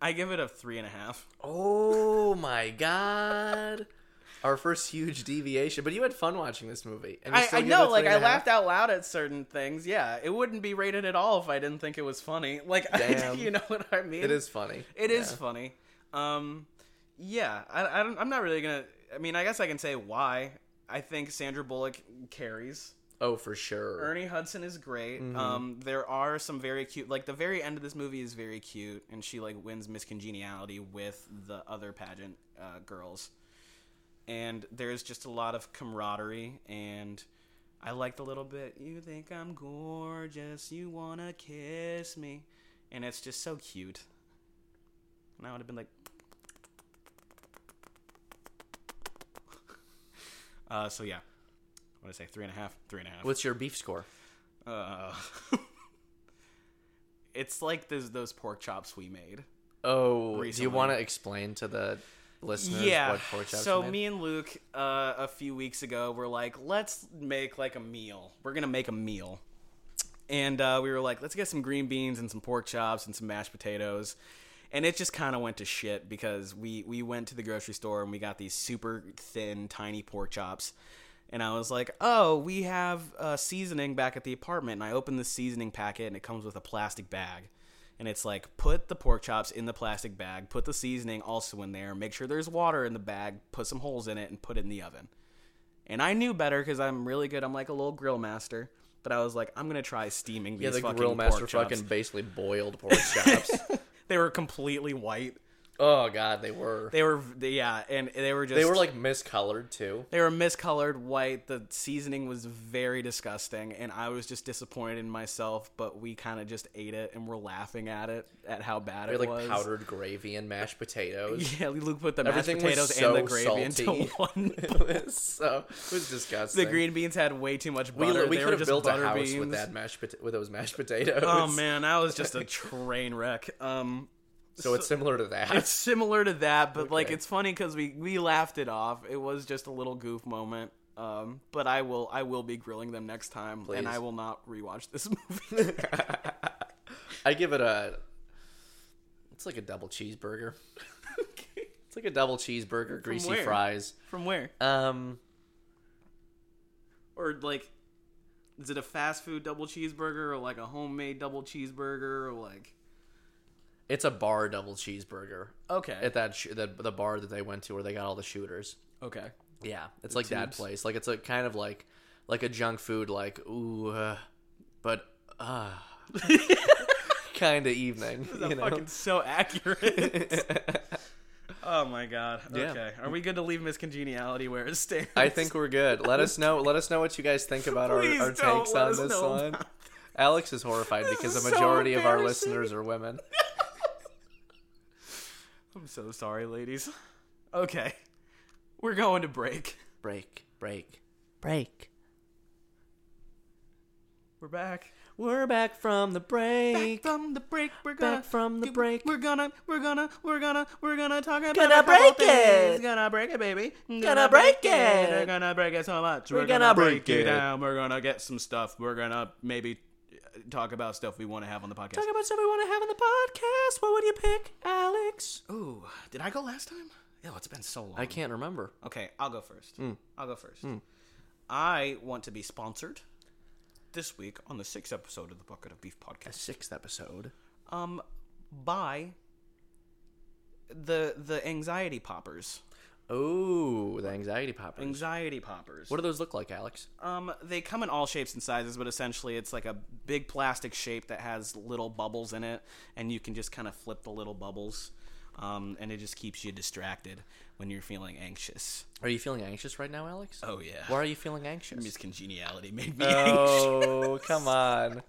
[SPEAKER 2] I give it a three and a half.
[SPEAKER 1] Oh my god. Our first huge deviation, but you had fun watching this movie. And you
[SPEAKER 2] I,
[SPEAKER 1] still
[SPEAKER 2] I
[SPEAKER 1] give it
[SPEAKER 2] know,
[SPEAKER 1] a
[SPEAKER 2] like
[SPEAKER 1] three and a
[SPEAKER 2] I
[SPEAKER 1] half?
[SPEAKER 2] laughed out loud at certain things. Yeah, it wouldn't be rated at all if I didn't think it was funny. <laughs> Like, I,
[SPEAKER 1] Damn.
[SPEAKER 2] you know what I mean?
[SPEAKER 1] It is funny.
[SPEAKER 2] It is
[SPEAKER 1] Yeah.
[SPEAKER 2] funny. Um, yeah, I, I don't, I'm not really gonna. I mean, I guess I can say why. I think Sandra Bullock carries.
[SPEAKER 1] Oh, for sure.
[SPEAKER 2] Ernie Hudson is great. Um, there are some very cute, like the very end of this movie is very cute, and she like wins Miss Congeniality with the other pageant uh, girls. And there's just a lot of camaraderie, and I like the little bit. You think I'm gorgeous? You wanna kiss me? And it's just so cute. And I would have been like. <laughs> Uh, so yeah, what did I say? Three and a half, three and a half.
[SPEAKER 1] What's your beef score?
[SPEAKER 2] Uh, <laughs> it's like those those pork chops we made.
[SPEAKER 1] Oh, do
[SPEAKER 2] Recently.
[SPEAKER 1] you want to explain to the listeners what pork chops
[SPEAKER 2] so
[SPEAKER 1] you made?
[SPEAKER 2] me and Luke uh, a few weeks ago were like, let's make like a meal. We're gonna make a meal, and uh, we were like, let's get some green beans and some pork chops and some mashed potatoes. And it just kind of went to shit because we we went to the grocery store and we got these super thin, tiny pork chops. And I was like, oh, we have uh, seasoning back at the apartment. And I opened the seasoning packet and it comes with a plastic bag. and it's like put the pork chops in the plastic bag, put the seasoning also in there, make sure there's water in the bag, put some holes in it, and put it in the oven. And I knew better because I'm really good. I'm like a little grill master, but I was like, I'm gonna try steaming these
[SPEAKER 1] yeah, the
[SPEAKER 2] fucking
[SPEAKER 1] grill master
[SPEAKER 2] pork chops.
[SPEAKER 1] fucking basically boiled
[SPEAKER 2] <laughs>
[SPEAKER 1] pork chops.
[SPEAKER 2] They were completely white.
[SPEAKER 1] oh god, they were. They,
[SPEAKER 2] They were they- yeah, and they were just
[SPEAKER 1] were like miscolored too.
[SPEAKER 2] they were miscolored white. The seasoning was very disgusting, and I was just disappointed in myself. But we kind of just ate it and were laughing at it at how bad
[SPEAKER 1] They
[SPEAKER 2] it
[SPEAKER 1] had like
[SPEAKER 2] was.
[SPEAKER 1] powdered gravy and mashed potatoes. <laughs>
[SPEAKER 2] <laughs> Yeah, Luke put the
[SPEAKER 1] Everything
[SPEAKER 2] mashed
[SPEAKER 1] was
[SPEAKER 2] potatoes
[SPEAKER 1] so
[SPEAKER 2] and the gravy
[SPEAKER 1] salty.
[SPEAKER 2] into <laughs>
[SPEAKER 1] <laughs>
[SPEAKER 2] one.
[SPEAKER 1] it was so it was disgusting.
[SPEAKER 2] the green beans had way too much
[SPEAKER 1] we,
[SPEAKER 2] butter.
[SPEAKER 1] we
[SPEAKER 2] They
[SPEAKER 1] could
[SPEAKER 2] were
[SPEAKER 1] have
[SPEAKER 2] just
[SPEAKER 1] built a
[SPEAKER 2] butter
[SPEAKER 1] house
[SPEAKER 2] beans.
[SPEAKER 1] with that mashed pota- with those mashed potatoes.
[SPEAKER 2] Oh man, that was just a train wreck. Um,
[SPEAKER 1] <laughs> So it's similar to that.
[SPEAKER 2] it's similar to that, but like
[SPEAKER 1] Okay.
[SPEAKER 2] it's funny because we we laughed it off. It was just a little goof moment. Um, but I will I will be grilling them next time,
[SPEAKER 1] Please.
[SPEAKER 2] and I will not rewatch this <laughs> movie.
[SPEAKER 1] I give it a. It's like a double
[SPEAKER 2] <laughs>
[SPEAKER 1] cheeseburger. It's like a double cheeseburger, greasy
[SPEAKER 2] where?
[SPEAKER 1] fries.
[SPEAKER 2] From where?
[SPEAKER 1] Um,
[SPEAKER 2] Or like, is it a fast food double cheeseburger or like a homemade double cheeseburger or like?
[SPEAKER 1] it's a bar double cheeseburger
[SPEAKER 2] Okay.
[SPEAKER 1] at that sh- the the bar that they went to where they got all the shooters.
[SPEAKER 2] <laughs> Okay.
[SPEAKER 1] Yeah, it's like that
[SPEAKER 2] tubes.
[SPEAKER 1] place. Like it's a kind of like like a junk food like ooh, uh, but
[SPEAKER 2] <laughs>
[SPEAKER 1] uh <laughs> kind of evening.
[SPEAKER 2] That's
[SPEAKER 1] you know?
[SPEAKER 2] fucking
[SPEAKER 1] <laughs>
[SPEAKER 2] so accurate. <laughs> oh my god.
[SPEAKER 1] Yeah.
[SPEAKER 2] Okay. Are we good to leave miscongeniality where it stands?
[SPEAKER 1] I think we're good. Let us know. Let us know what you guys think about our,
[SPEAKER 2] Please
[SPEAKER 1] our
[SPEAKER 2] don't
[SPEAKER 1] takes
[SPEAKER 2] let
[SPEAKER 1] on
[SPEAKER 2] us
[SPEAKER 1] this
[SPEAKER 2] know
[SPEAKER 1] one.
[SPEAKER 2] about
[SPEAKER 1] Alex is horrified because
[SPEAKER 2] is
[SPEAKER 1] the
[SPEAKER 2] so
[SPEAKER 1] majority of our
[SPEAKER 2] embarrassing.
[SPEAKER 1] listeners are women.
[SPEAKER 2] <laughs> I'm so sorry, ladies. Okay. We're going to break.
[SPEAKER 1] Break, break, break.
[SPEAKER 2] We're back.
[SPEAKER 1] We're back from the break.
[SPEAKER 2] From the break, we're gonna
[SPEAKER 1] Back from the break.
[SPEAKER 2] We're gonna, we're gonna, we're gonna, we're gonna talk about
[SPEAKER 1] Gonna
[SPEAKER 2] a couple
[SPEAKER 1] break
[SPEAKER 2] things.
[SPEAKER 1] it.
[SPEAKER 2] Gonna break it, baby. Gonna,
[SPEAKER 1] break it.
[SPEAKER 2] We're gonna break it so much. We're,
[SPEAKER 1] gonna
[SPEAKER 2] break,
[SPEAKER 1] break
[SPEAKER 2] you
[SPEAKER 1] it.
[SPEAKER 2] down. We're gonna get some stuff. We're gonna maybe uh, talk about stuff we want to have on the podcast.
[SPEAKER 1] Talk about stuff we want to have on the podcast. What would you pick, Alex?
[SPEAKER 2] Ooh, did I go last time? Ew, it's been so long.
[SPEAKER 1] I Mm. can't remember.
[SPEAKER 2] Okay, I'll go first. I'll go first. I want to be sponsored this week on the sixth episode of the Bucket of Beef podcast.
[SPEAKER 1] Sixth episode.
[SPEAKER 2] Um, by the the anxiety poppers.
[SPEAKER 1] Oh, the anxiety poppers.
[SPEAKER 2] Anxiety poppers.
[SPEAKER 1] What do those look like, Alex?
[SPEAKER 2] Um, they come in all shapes and sizes, but essentially it's like a big plastic shape that has little bubbles in it, and you can just kind of flip the little bubbles, um, and it just keeps you distracted when you're feeling anxious.
[SPEAKER 1] Are you feeling anxious right now, Alex?
[SPEAKER 2] Oh yeah,
[SPEAKER 1] Why are you feeling anxious?
[SPEAKER 2] Miss Congeniality made me anxious. <laughs>
[SPEAKER 1] Oh, come on.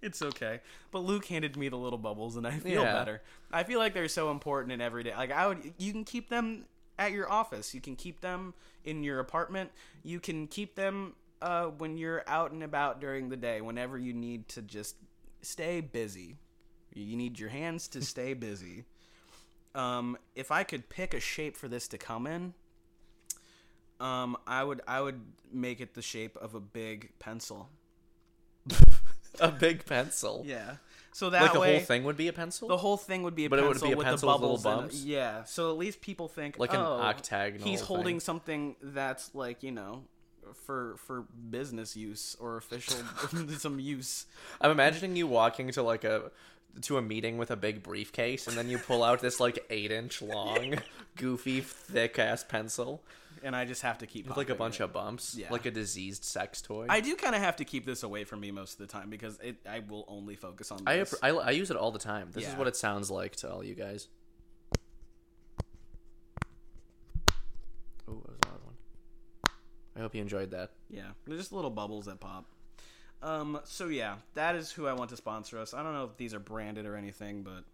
[SPEAKER 2] It's okay, but Luke handed me the little bubbles, and I feel
[SPEAKER 1] Yeah.
[SPEAKER 2] better. I feel like they're so important in every day. Like I would, you can keep them at your office, you can keep them in your apartment, you can keep them uh, when you're out and about during the day. Whenever you need to just stay busy, you need your
[SPEAKER 1] <laughs>
[SPEAKER 2] hands to stay busy. Um, if I could pick a shape for this to come in, um, I would I would make it the shape of a big pencil.
[SPEAKER 1] A big pencil.
[SPEAKER 2] Yeah. So that
[SPEAKER 1] Like the
[SPEAKER 2] way,
[SPEAKER 1] whole thing would be a pencil?
[SPEAKER 2] The whole thing would be a
[SPEAKER 1] But it would
[SPEAKER 2] pencil
[SPEAKER 1] be a
[SPEAKER 2] with
[SPEAKER 1] pencil
[SPEAKER 2] the
[SPEAKER 1] with little
[SPEAKER 2] bubbles. in it.
[SPEAKER 1] bumps?
[SPEAKER 2] yeah, so at least people think
[SPEAKER 1] Like an
[SPEAKER 2] oh,
[SPEAKER 1] octagonal
[SPEAKER 2] He's holding
[SPEAKER 1] thing.
[SPEAKER 2] something that's like you know for for business use or
[SPEAKER 1] <laughs>
[SPEAKER 2] official <laughs> some use.
[SPEAKER 1] I'm imagining you walking to like a to a meeting with a big briefcase and then you pull out this like eight inch <laughs> long, goofy, thick ass pencil.
[SPEAKER 2] And I just have to keep
[SPEAKER 1] With like a
[SPEAKER 2] popping
[SPEAKER 1] bunch
[SPEAKER 2] it.
[SPEAKER 1] of bumps.
[SPEAKER 2] Yeah.
[SPEAKER 1] Like a diseased sex toy.
[SPEAKER 2] I do kind of have to keep this away from me most of the time because it, I will only focus on.
[SPEAKER 1] I,
[SPEAKER 2] This.
[SPEAKER 1] appr- I, I use it all the time. This is
[SPEAKER 2] Yeah.
[SPEAKER 1] what it sounds like to all you guys. Oh, that was a loud one. I hope you enjoyed that.
[SPEAKER 2] Yeah, they're just little bubbles that pop. Um, so yeah, that is who I want to sponsor us. I don't know if these are branded or anything, but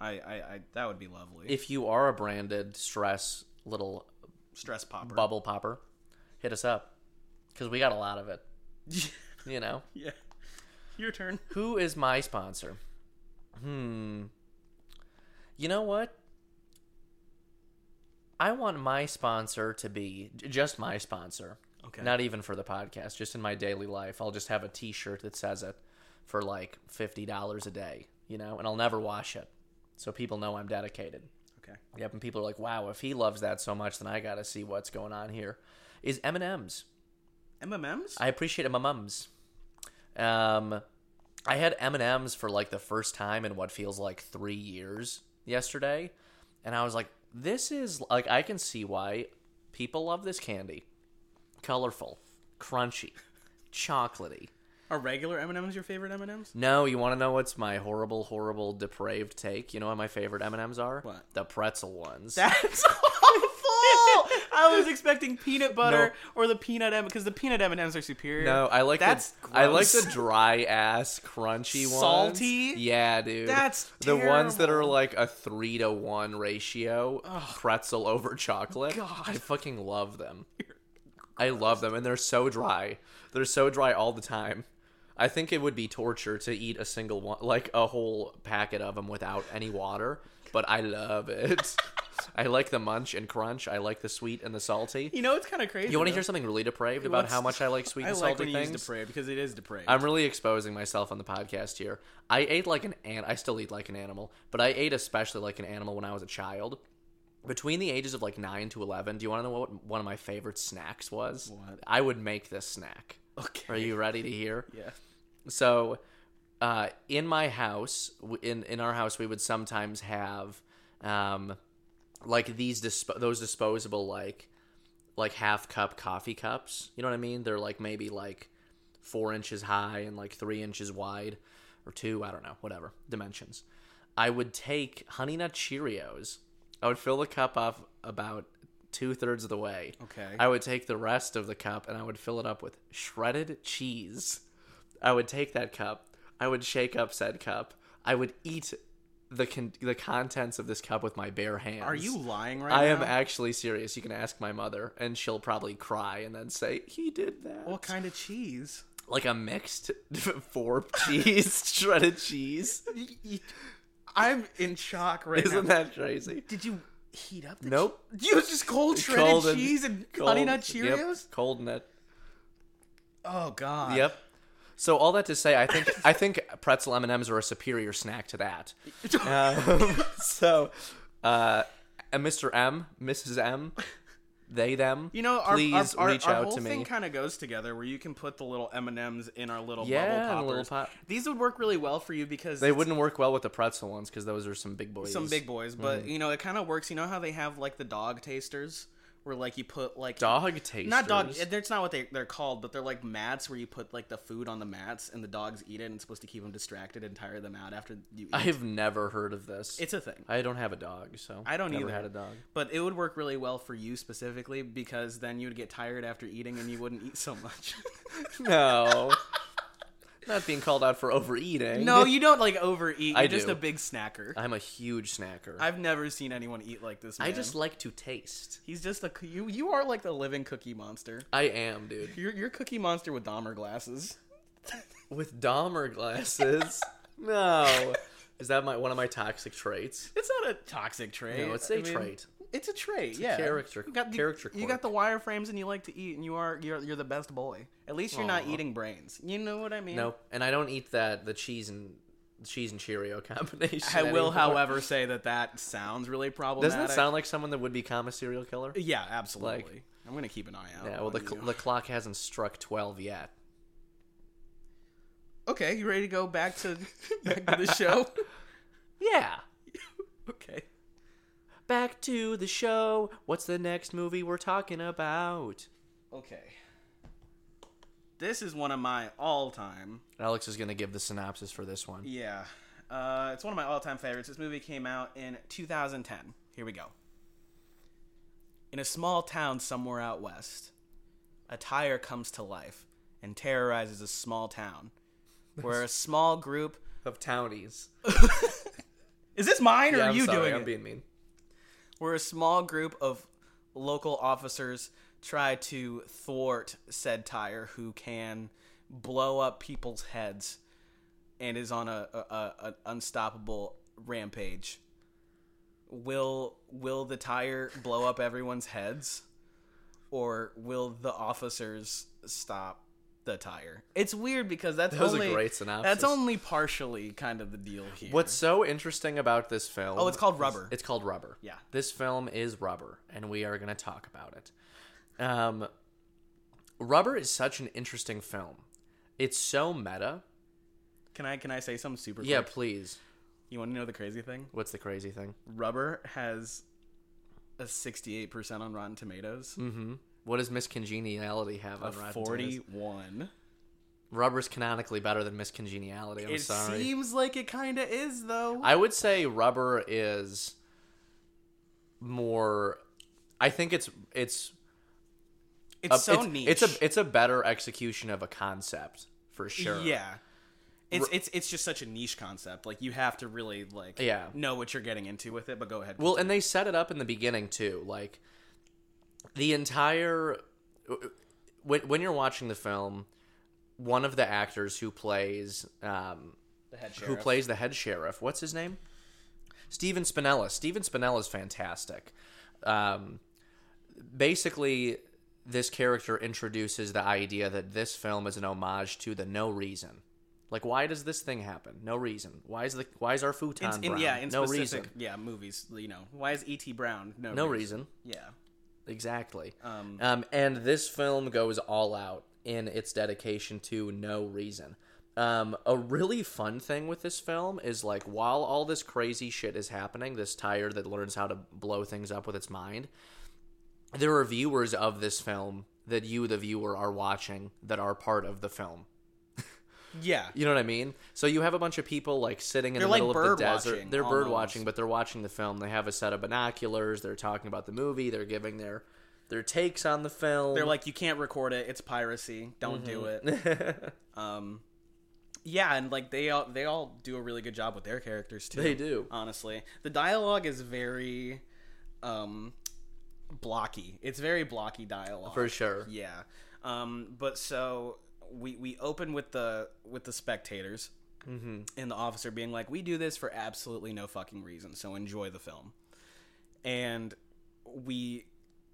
[SPEAKER 2] I, I, I that would be lovely.
[SPEAKER 1] If you are a branded stress little
[SPEAKER 2] Stress popper.
[SPEAKER 1] bubble popper, hit us up because we got a lot of it. <laughs> You know,
[SPEAKER 2] <laughs> yeah. Your turn.
[SPEAKER 1] who is my sponsor? Hmm. You know what? I want my sponsor to be j- just my sponsor.
[SPEAKER 2] Okay.
[SPEAKER 1] Not even for the podcast, just in my daily life. I'll just have a t shirt that says it for like $50 a day, you know, and I'll never wash it. So people know I'm dedicated.
[SPEAKER 2] okay.
[SPEAKER 1] Yep, and people are like, "Wow, if he loves that so much, then I gotta see what's going on here." Is M and M's?
[SPEAKER 2] MMMs?
[SPEAKER 1] I appreciate M and M's. Um, I had M and M's for like the first time in what feels like three years yesterday, and I was like, "This is like I can see why people love this candy. Colorful, crunchy, chocolatey."
[SPEAKER 2] Are regular M&Ms your favorite M&Ms?
[SPEAKER 1] No, you want to know what's my horrible, horrible, depraved take? You know what my favorite M and M's are?
[SPEAKER 2] What?
[SPEAKER 1] the pretzel ones. <laughs>
[SPEAKER 2] That's awful. I was expecting peanut butter or the peanut M because the peanut M&Ms are superior.
[SPEAKER 1] No, I like
[SPEAKER 2] That's
[SPEAKER 1] the, I like
[SPEAKER 2] gross.
[SPEAKER 1] the <laughs> dry ass crunchy ones.
[SPEAKER 2] Salty?
[SPEAKER 1] Yeah, dude.
[SPEAKER 2] That's
[SPEAKER 1] the ones that are
[SPEAKER 2] terrible.
[SPEAKER 1] like a three to one ratio pretzel over chocolate.
[SPEAKER 2] God.
[SPEAKER 1] I fucking love
[SPEAKER 2] <laughs>
[SPEAKER 1] them. I love them, and they're so dry. They're so dry all the time. I think it would be torture to eat a single one, like a whole packet of them without any water. But I love
[SPEAKER 2] <laughs>
[SPEAKER 1] it. I like the munch and crunch. I like the sweet and the salty.
[SPEAKER 2] You know, it's kind of crazy.
[SPEAKER 1] You want to
[SPEAKER 2] though.
[SPEAKER 1] hear something really depraved about
[SPEAKER 2] What's-
[SPEAKER 1] how much I like sweet
[SPEAKER 2] I
[SPEAKER 1] and
[SPEAKER 2] like
[SPEAKER 1] salty
[SPEAKER 2] when you
[SPEAKER 1] things?
[SPEAKER 2] use depraved because it is depraved.
[SPEAKER 1] I'm really exposing myself on the podcast here. I ate like an an I still eat like an animal, but I ate especially like an animal when I was a child. Between the ages of like 9 to 11, do you want to know what one of my favorite snacks was?
[SPEAKER 2] What?
[SPEAKER 1] I would make this snack.
[SPEAKER 2] okay.
[SPEAKER 1] Are you ready to hear?
[SPEAKER 2] Yeah.
[SPEAKER 1] So, uh, in my house, w- in in our house, we would sometimes have, um, like these disp- those disposable like, like half cup coffee cups. You know what I mean? They're like maybe like four inches high and like three inches wide, or two. I don't know. Whatever dimensions. I would take Honey Nut Cheerios. I would fill the cup up about two thirds of the way.
[SPEAKER 2] Okay.
[SPEAKER 1] I would take the rest of the cup and I would fill it up with shredded cheese. I would take that cup. I would shake up said cup. I would eat the con- the contents of this cup with my bare hands.
[SPEAKER 2] Are you lying right
[SPEAKER 1] I
[SPEAKER 2] now?
[SPEAKER 1] am actually serious. You can ask my mother, and she'll probably cry and then say he did that.
[SPEAKER 2] What kind
[SPEAKER 1] <laughs>
[SPEAKER 2] of cheese?
[SPEAKER 1] Like a mixed <laughs> four cheese, shredded cheese.
[SPEAKER 2] I'm in shock right
[SPEAKER 1] Isn't
[SPEAKER 2] now.
[SPEAKER 1] that crazy?
[SPEAKER 2] Did you heat up? The
[SPEAKER 1] Nope.
[SPEAKER 2] che- you just cold shredded
[SPEAKER 1] Cold
[SPEAKER 2] cheese and honey
[SPEAKER 1] cold-
[SPEAKER 2] nut
[SPEAKER 1] yep,
[SPEAKER 2] Cheerios.
[SPEAKER 1] cold nut.
[SPEAKER 2] Oh God. <laughs>
[SPEAKER 1] Yep. So all that to say, I think I think pretzel M and M's are a superior snack to that. Um, so, uh, and Mr. M, Mrs. M, they them.
[SPEAKER 2] You know, our, our,
[SPEAKER 1] Please
[SPEAKER 2] our,
[SPEAKER 1] reach
[SPEAKER 2] our
[SPEAKER 1] out
[SPEAKER 2] whole
[SPEAKER 1] to me.
[SPEAKER 2] thing kind of goes together where you can put the little M and M's in our little
[SPEAKER 1] Yeah, and a
[SPEAKER 2] bubble
[SPEAKER 1] little
[SPEAKER 2] poppers.
[SPEAKER 1] pop-
[SPEAKER 2] These would work really well for you because
[SPEAKER 1] They
[SPEAKER 2] it's
[SPEAKER 1] wouldn't work well with the pretzel ones because those are some big boys.
[SPEAKER 2] some big boys, but
[SPEAKER 1] Mm-hmm.
[SPEAKER 2] you know it kind of works. You know how they have like the dog tasters where like you put like
[SPEAKER 1] dog tasters.
[SPEAKER 2] not dog. eh, That's not what they they're called, but they're like mats where you put like the food on the mats and the dogs eat it and it's supposed to keep them distracted and tire them out after you. eat.
[SPEAKER 1] I've never heard of this.
[SPEAKER 2] It's a thing.
[SPEAKER 1] I don't have a dog, so
[SPEAKER 2] I don't
[SPEAKER 1] never
[SPEAKER 2] either.
[SPEAKER 1] had a dog.
[SPEAKER 2] But it would work really well for you specifically because then you'd get tired after eating and you wouldn't eat so much. <laughs>
[SPEAKER 1] No, not being called out for overeating.
[SPEAKER 2] no, you don't like overeat. You're
[SPEAKER 1] I
[SPEAKER 2] just
[SPEAKER 1] do.
[SPEAKER 2] a big snacker.
[SPEAKER 1] I'm a huge snacker. I,
[SPEAKER 2] I've never seen anyone eat like this. Man.
[SPEAKER 1] just like to taste.
[SPEAKER 2] he's just a c- you. You are like the living cookie monster.
[SPEAKER 1] I am, dude,
[SPEAKER 2] You're you're cookie monster with Dahmer glasses.
[SPEAKER 1] with Dahmer
[SPEAKER 2] <laughs>
[SPEAKER 1] glasses. no, is that my one of my toxic traits?
[SPEAKER 2] It's not a toxic trait.
[SPEAKER 1] No, it's
[SPEAKER 2] I
[SPEAKER 1] a
[SPEAKER 2] mean,
[SPEAKER 1] trait.
[SPEAKER 2] It's a trait. yeah,
[SPEAKER 1] character-
[SPEAKER 2] You got the,
[SPEAKER 1] character
[SPEAKER 2] You got the wireframes, and you like to eat, and you are you're you're the best boy. At least you're not
[SPEAKER 1] Aw.
[SPEAKER 2] eating brains. You know what I mean?
[SPEAKER 1] No, and I don't eat that the cheese and cheese and Cheerio <laughs> combination.
[SPEAKER 2] I will,
[SPEAKER 1] anymore.
[SPEAKER 2] however, say that that sounds really problematic.
[SPEAKER 1] Doesn't that sound like someone that would become a serial killer?
[SPEAKER 2] Yeah, absolutely. I'm gonna keep an eye out.
[SPEAKER 1] Yeah. Well, the,
[SPEAKER 2] on
[SPEAKER 1] cl-
[SPEAKER 2] you.
[SPEAKER 1] the clock hasn't struck twelve yet.
[SPEAKER 2] okay, you ready to go back to <laughs>
[SPEAKER 1] <laughs>
[SPEAKER 2] back to the show?
[SPEAKER 1] Yeah.
[SPEAKER 2] <laughs> okay.
[SPEAKER 1] Back to the show. What's the next movie we're talking about?
[SPEAKER 2] Okay. This is one of my all-time
[SPEAKER 1] Alex is going to give the synopsis for this one.
[SPEAKER 2] Yeah. Uh, it's one of my all time favorites. This movie came out in 2010. Here we go. In a small town somewhere out west, a tire comes to life and terrorizes a small town where <laughs> a small group.
[SPEAKER 1] Of townies.
[SPEAKER 2] Is this mine or
[SPEAKER 1] Yeah,
[SPEAKER 2] are
[SPEAKER 1] I'm
[SPEAKER 2] you
[SPEAKER 1] sorry,
[SPEAKER 2] doing
[SPEAKER 1] I'm
[SPEAKER 2] it?
[SPEAKER 1] being mean.
[SPEAKER 2] where a small group of local officers try to thwart said tire who can blow up people's heads and is on a, a, a an unstoppable rampage will will the tire blow up everyone's heads or will the officers stop the tire it's weird because that's
[SPEAKER 1] That was a
[SPEAKER 2] only
[SPEAKER 1] great synopsis.
[SPEAKER 2] that's only partially kind of the deal here
[SPEAKER 1] What's so interesting about this film?
[SPEAKER 2] oh it's called rubber
[SPEAKER 1] It's called Rubber.
[SPEAKER 2] Yeah.
[SPEAKER 1] This film is Rubber, and we are going to talk about it. Um, Rubber is such an interesting film. It's so meta.
[SPEAKER 2] can i can i say something super
[SPEAKER 1] Yeah,
[SPEAKER 2] quick?
[SPEAKER 1] please.
[SPEAKER 2] you want to know the crazy thing
[SPEAKER 1] What's the crazy thing?
[SPEAKER 2] Rubber has a 68% on Rotten Tomatoes.
[SPEAKER 1] What does Miss Congeniality have Mm. on Rotten Tomatoes?
[SPEAKER 2] 41.
[SPEAKER 1] Rubber's canonically better than Miss Congeniality. I'm
[SPEAKER 2] It
[SPEAKER 1] sorry.
[SPEAKER 2] seems like it kind of is, though.
[SPEAKER 1] I would say rubber is more. I think it's it's
[SPEAKER 2] it's
[SPEAKER 1] a-
[SPEAKER 2] so
[SPEAKER 1] uh, it's,
[SPEAKER 2] neat.
[SPEAKER 1] It's a it's a better execution of a concept for sure.
[SPEAKER 2] yeah. It's, it's it's just such a niche concept. Like you have to really like
[SPEAKER 1] Yeah.
[SPEAKER 2] know what you're getting into with it. But go ahead.
[SPEAKER 1] Well, and they set it up in the beginning too. Like the entire when when you're watching the film, one of the actors who plays um,
[SPEAKER 2] the head
[SPEAKER 1] who
[SPEAKER 2] sheriff.
[SPEAKER 1] plays the head sheriff. What's his name? Steven Spinella. Steven Spinella's fantastic. Um, basically, this character introduces the idea that this film is an homage to the No Reason. Like, why does this thing happen? No reason. Why is the why is our
[SPEAKER 2] In-
[SPEAKER 1] futon
[SPEAKER 2] in-
[SPEAKER 1] brown?
[SPEAKER 2] yeah, in
[SPEAKER 1] no
[SPEAKER 2] specific,
[SPEAKER 1] reason.
[SPEAKER 2] yeah, movies. You know, why is E.T. Brown? No,
[SPEAKER 1] No
[SPEAKER 2] reason.
[SPEAKER 1] reason.
[SPEAKER 2] Yeah,
[SPEAKER 1] Exactly.
[SPEAKER 2] um,
[SPEAKER 1] Um, and this film goes all out in its dedication to no reason. Um, a really fun thing with this film is like while all this crazy shit is happening, this tire that learns how to blow things up with its mind, there are viewers of this film that you, the viewer, are watching that are part of the film.
[SPEAKER 2] yeah.
[SPEAKER 1] You know what I mean? So you have a bunch of people like sitting in
[SPEAKER 2] They're
[SPEAKER 1] the
[SPEAKER 2] like
[SPEAKER 1] middle
[SPEAKER 2] bird
[SPEAKER 1] of the desert.
[SPEAKER 2] watching,
[SPEAKER 1] they're bird
[SPEAKER 2] almost.
[SPEAKER 1] watching, but they're watching the film. They have a set of binoculars. They're talking about the movie. They're giving their their takes on the film.
[SPEAKER 2] They're like, you can't record it. It's piracy. Don't
[SPEAKER 1] Mm-hmm.
[SPEAKER 2] do
[SPEAKER 1] <laughs>
[SPEAKER 2] it. um, yeah, and like they all they all do a really good job with their characters too.
[SPEAKER 1] They do.
[SPEAKER 2] Honestly, the dialogue is very, um, blocky. It's very blocky dialogue
[SPEAKER 1] for sure.
[SPEAKER 2] Yeah. Um, but so we we open with the with the spectators and the officer being like, "We do this for absolutely no fucking reason, so enjoy the film." And we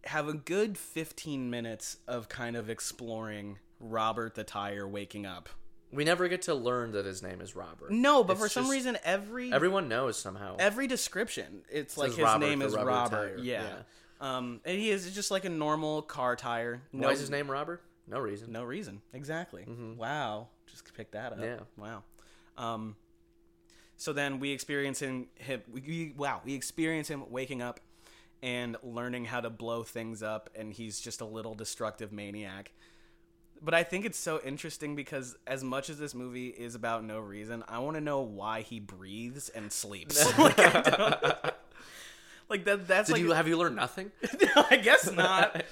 [SPEAKER 2] have a good 15 minutes of kind of exploring Robert the Tire waking up
[SPEAKER 1] We never get to learn that his name is Robert.
[SPEAKER 2] No, but
[SPEAKER 1] It's
[SPEAKER 2] for some
[SPEAKER 1] just-
[SPEAKER 2] reason, every
[SPEAKER 1] Everyone knows somehow.
[SPEAKER 2] every description, it's like
[SPEAKER 1] says
[SPEAKER 2] his
[SPEAKER 1] Robert
[SPEAKER 2] name
[SPEAKER 1] for
[SPEAKER 2] is
[SPEAKER 1] rubber
[SPEAKER 2] Robert.
[SPEAKER 1] tire.
[SPEAKER 2] Yeah. Um, and he is just like a normal car tire. No,
[SPEAKER 1] Why is his name Robert? No reason. Mm-hmm.
[SPEAKER 2] No reason. Exactly. Wow. Just pick that up.
[SPEAKER 1] Yeah.
[SPEAKER 2] Wow. Um, so then we experience him. him we, we, wow. We experience him waking up and learning how to blow things up, and he's just a little destructive maniac. But I think it's so interesting because as much as this movie is about no reason, I want to know why he breathes and sleeps. <laughs> like, I don't- <laughs> like that. That's
[SPEAKER 1] Did
[SPEAKER 2] like
[SPEAKER 1] you have you learned
[SPEAKER 2] <laughs>
[SPEAKER 1] nothing?
[SPEAKER 2] I
[SPEAKER 1] <laughs>
[SPEAKER 2] guess not.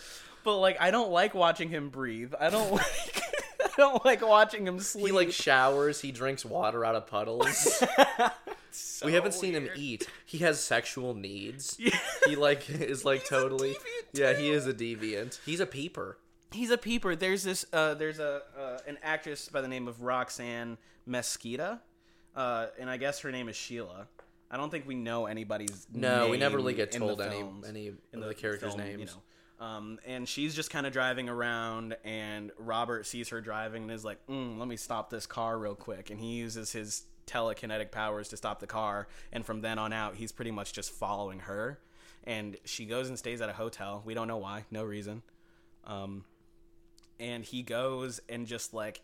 [SPEAKER 2] But like, I don't like watching him breathe. I don't <laughs> like. I don't like watching him sleep.
[SPEAKER 1] He like showers. He drinks water out of
[SPEAKER 2] <laughs>
[SPEAKER 1] puddles. we haven't seen him eat. He has sexual
[SPEAKER 2] <laughs>
[SPEAKER 1] needs. He like is like totally.
[SPEAKER 2] deviant,
[SPEAKER 1] yeah, he is a deviant. He's a peeper.
[SPEAKER 2] He's a peeper. There's this. Uh, there's a uh, an actress by the name of Roxanne Mesquita, uh, and I guess her name is Sheila. I don't think we know anybody's.
[SPEAKER 1] No, we never
[SPEAKER 2] name
[SPEAKER 1] really get
[SPEAKER 2] in the
[SPEAKER 1] told any
[SPEAKER 2] films.
[SPEAKER 1] any
[SPEAKER 2] in
[SPEAKER 1] of the, characters'
[SPEAKER 2] film,
[SPEAKER 1] names.
[SPEAKER 2] You know. Um, and she's just kind of driving around, and Robert sees her driving and is like, mm, "Let me stop this car real quick." And he uses his telekinetic powers to stop the car. And from then on out, he's pretty much just following her. And she goes and stays at a hotel. We don't know why, no reason. Um, and he goes and just like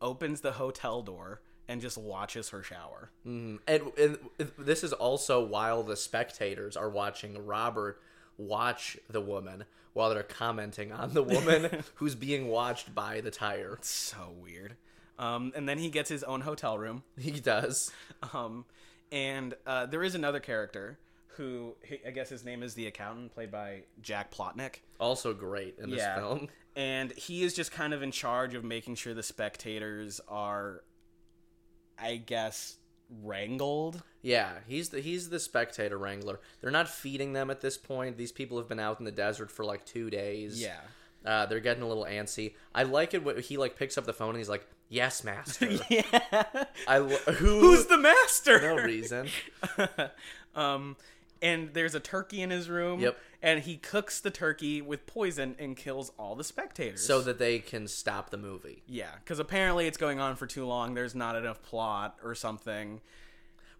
[SPEAKER 2] opens the hotel door and just watches her shower.
[SPEAKER 1] And, and this is also while the spectators are watching Robert watch the woman while they're commenting on the
[SPEAKER 2] <laughs>
[SPEAKER 1] woman who's being watched by the tire.
[SPEAKER 2] So weird. Um, and then he gets his own hotel room.
[SPEAKER 1] He does.
[SPEAKER 2] Um, and uh, there is another character who I guess his name is the accountant, played by Jack Plotnick.
[SPEAKER 1] Also great in this
[SPEAKER 2] Yeah.
[SPEAKER 1] film.
[SPEAKER 2] And he is just kind of in charge of making sure the spectators are, I guess, wrangled.
[SPEAKER 1] Yeah, he's the he's the spectator wrangler. They're not feeding them at this point. These people have been out in the desert for like two days. Uh, they're getting a little antsy. I like it when he like picks up the phone and he's like, "Yes, master."
[SPEAKER 2] <laughs>
[SPEAKER 1] <laughs>
[SPEAKER 2] yeah.
[SPEAKER 1] I lo- who, <laughs>
[SPEAKER 2] Who's the master?
[SPEAKER 1] no reason.
[SPEAKER 2] <laughs> um, and there's a turkey in his room.
[SPEAKER 1] Yep.
[SPEAKER 2] And he cooks the turkey with poison and kills all the spectators.
[SPEAKER 1] so that they can stop the movie.
[SPEAKER 2] Yeah, because apparently it's going on for too long. There's not enough plot or something.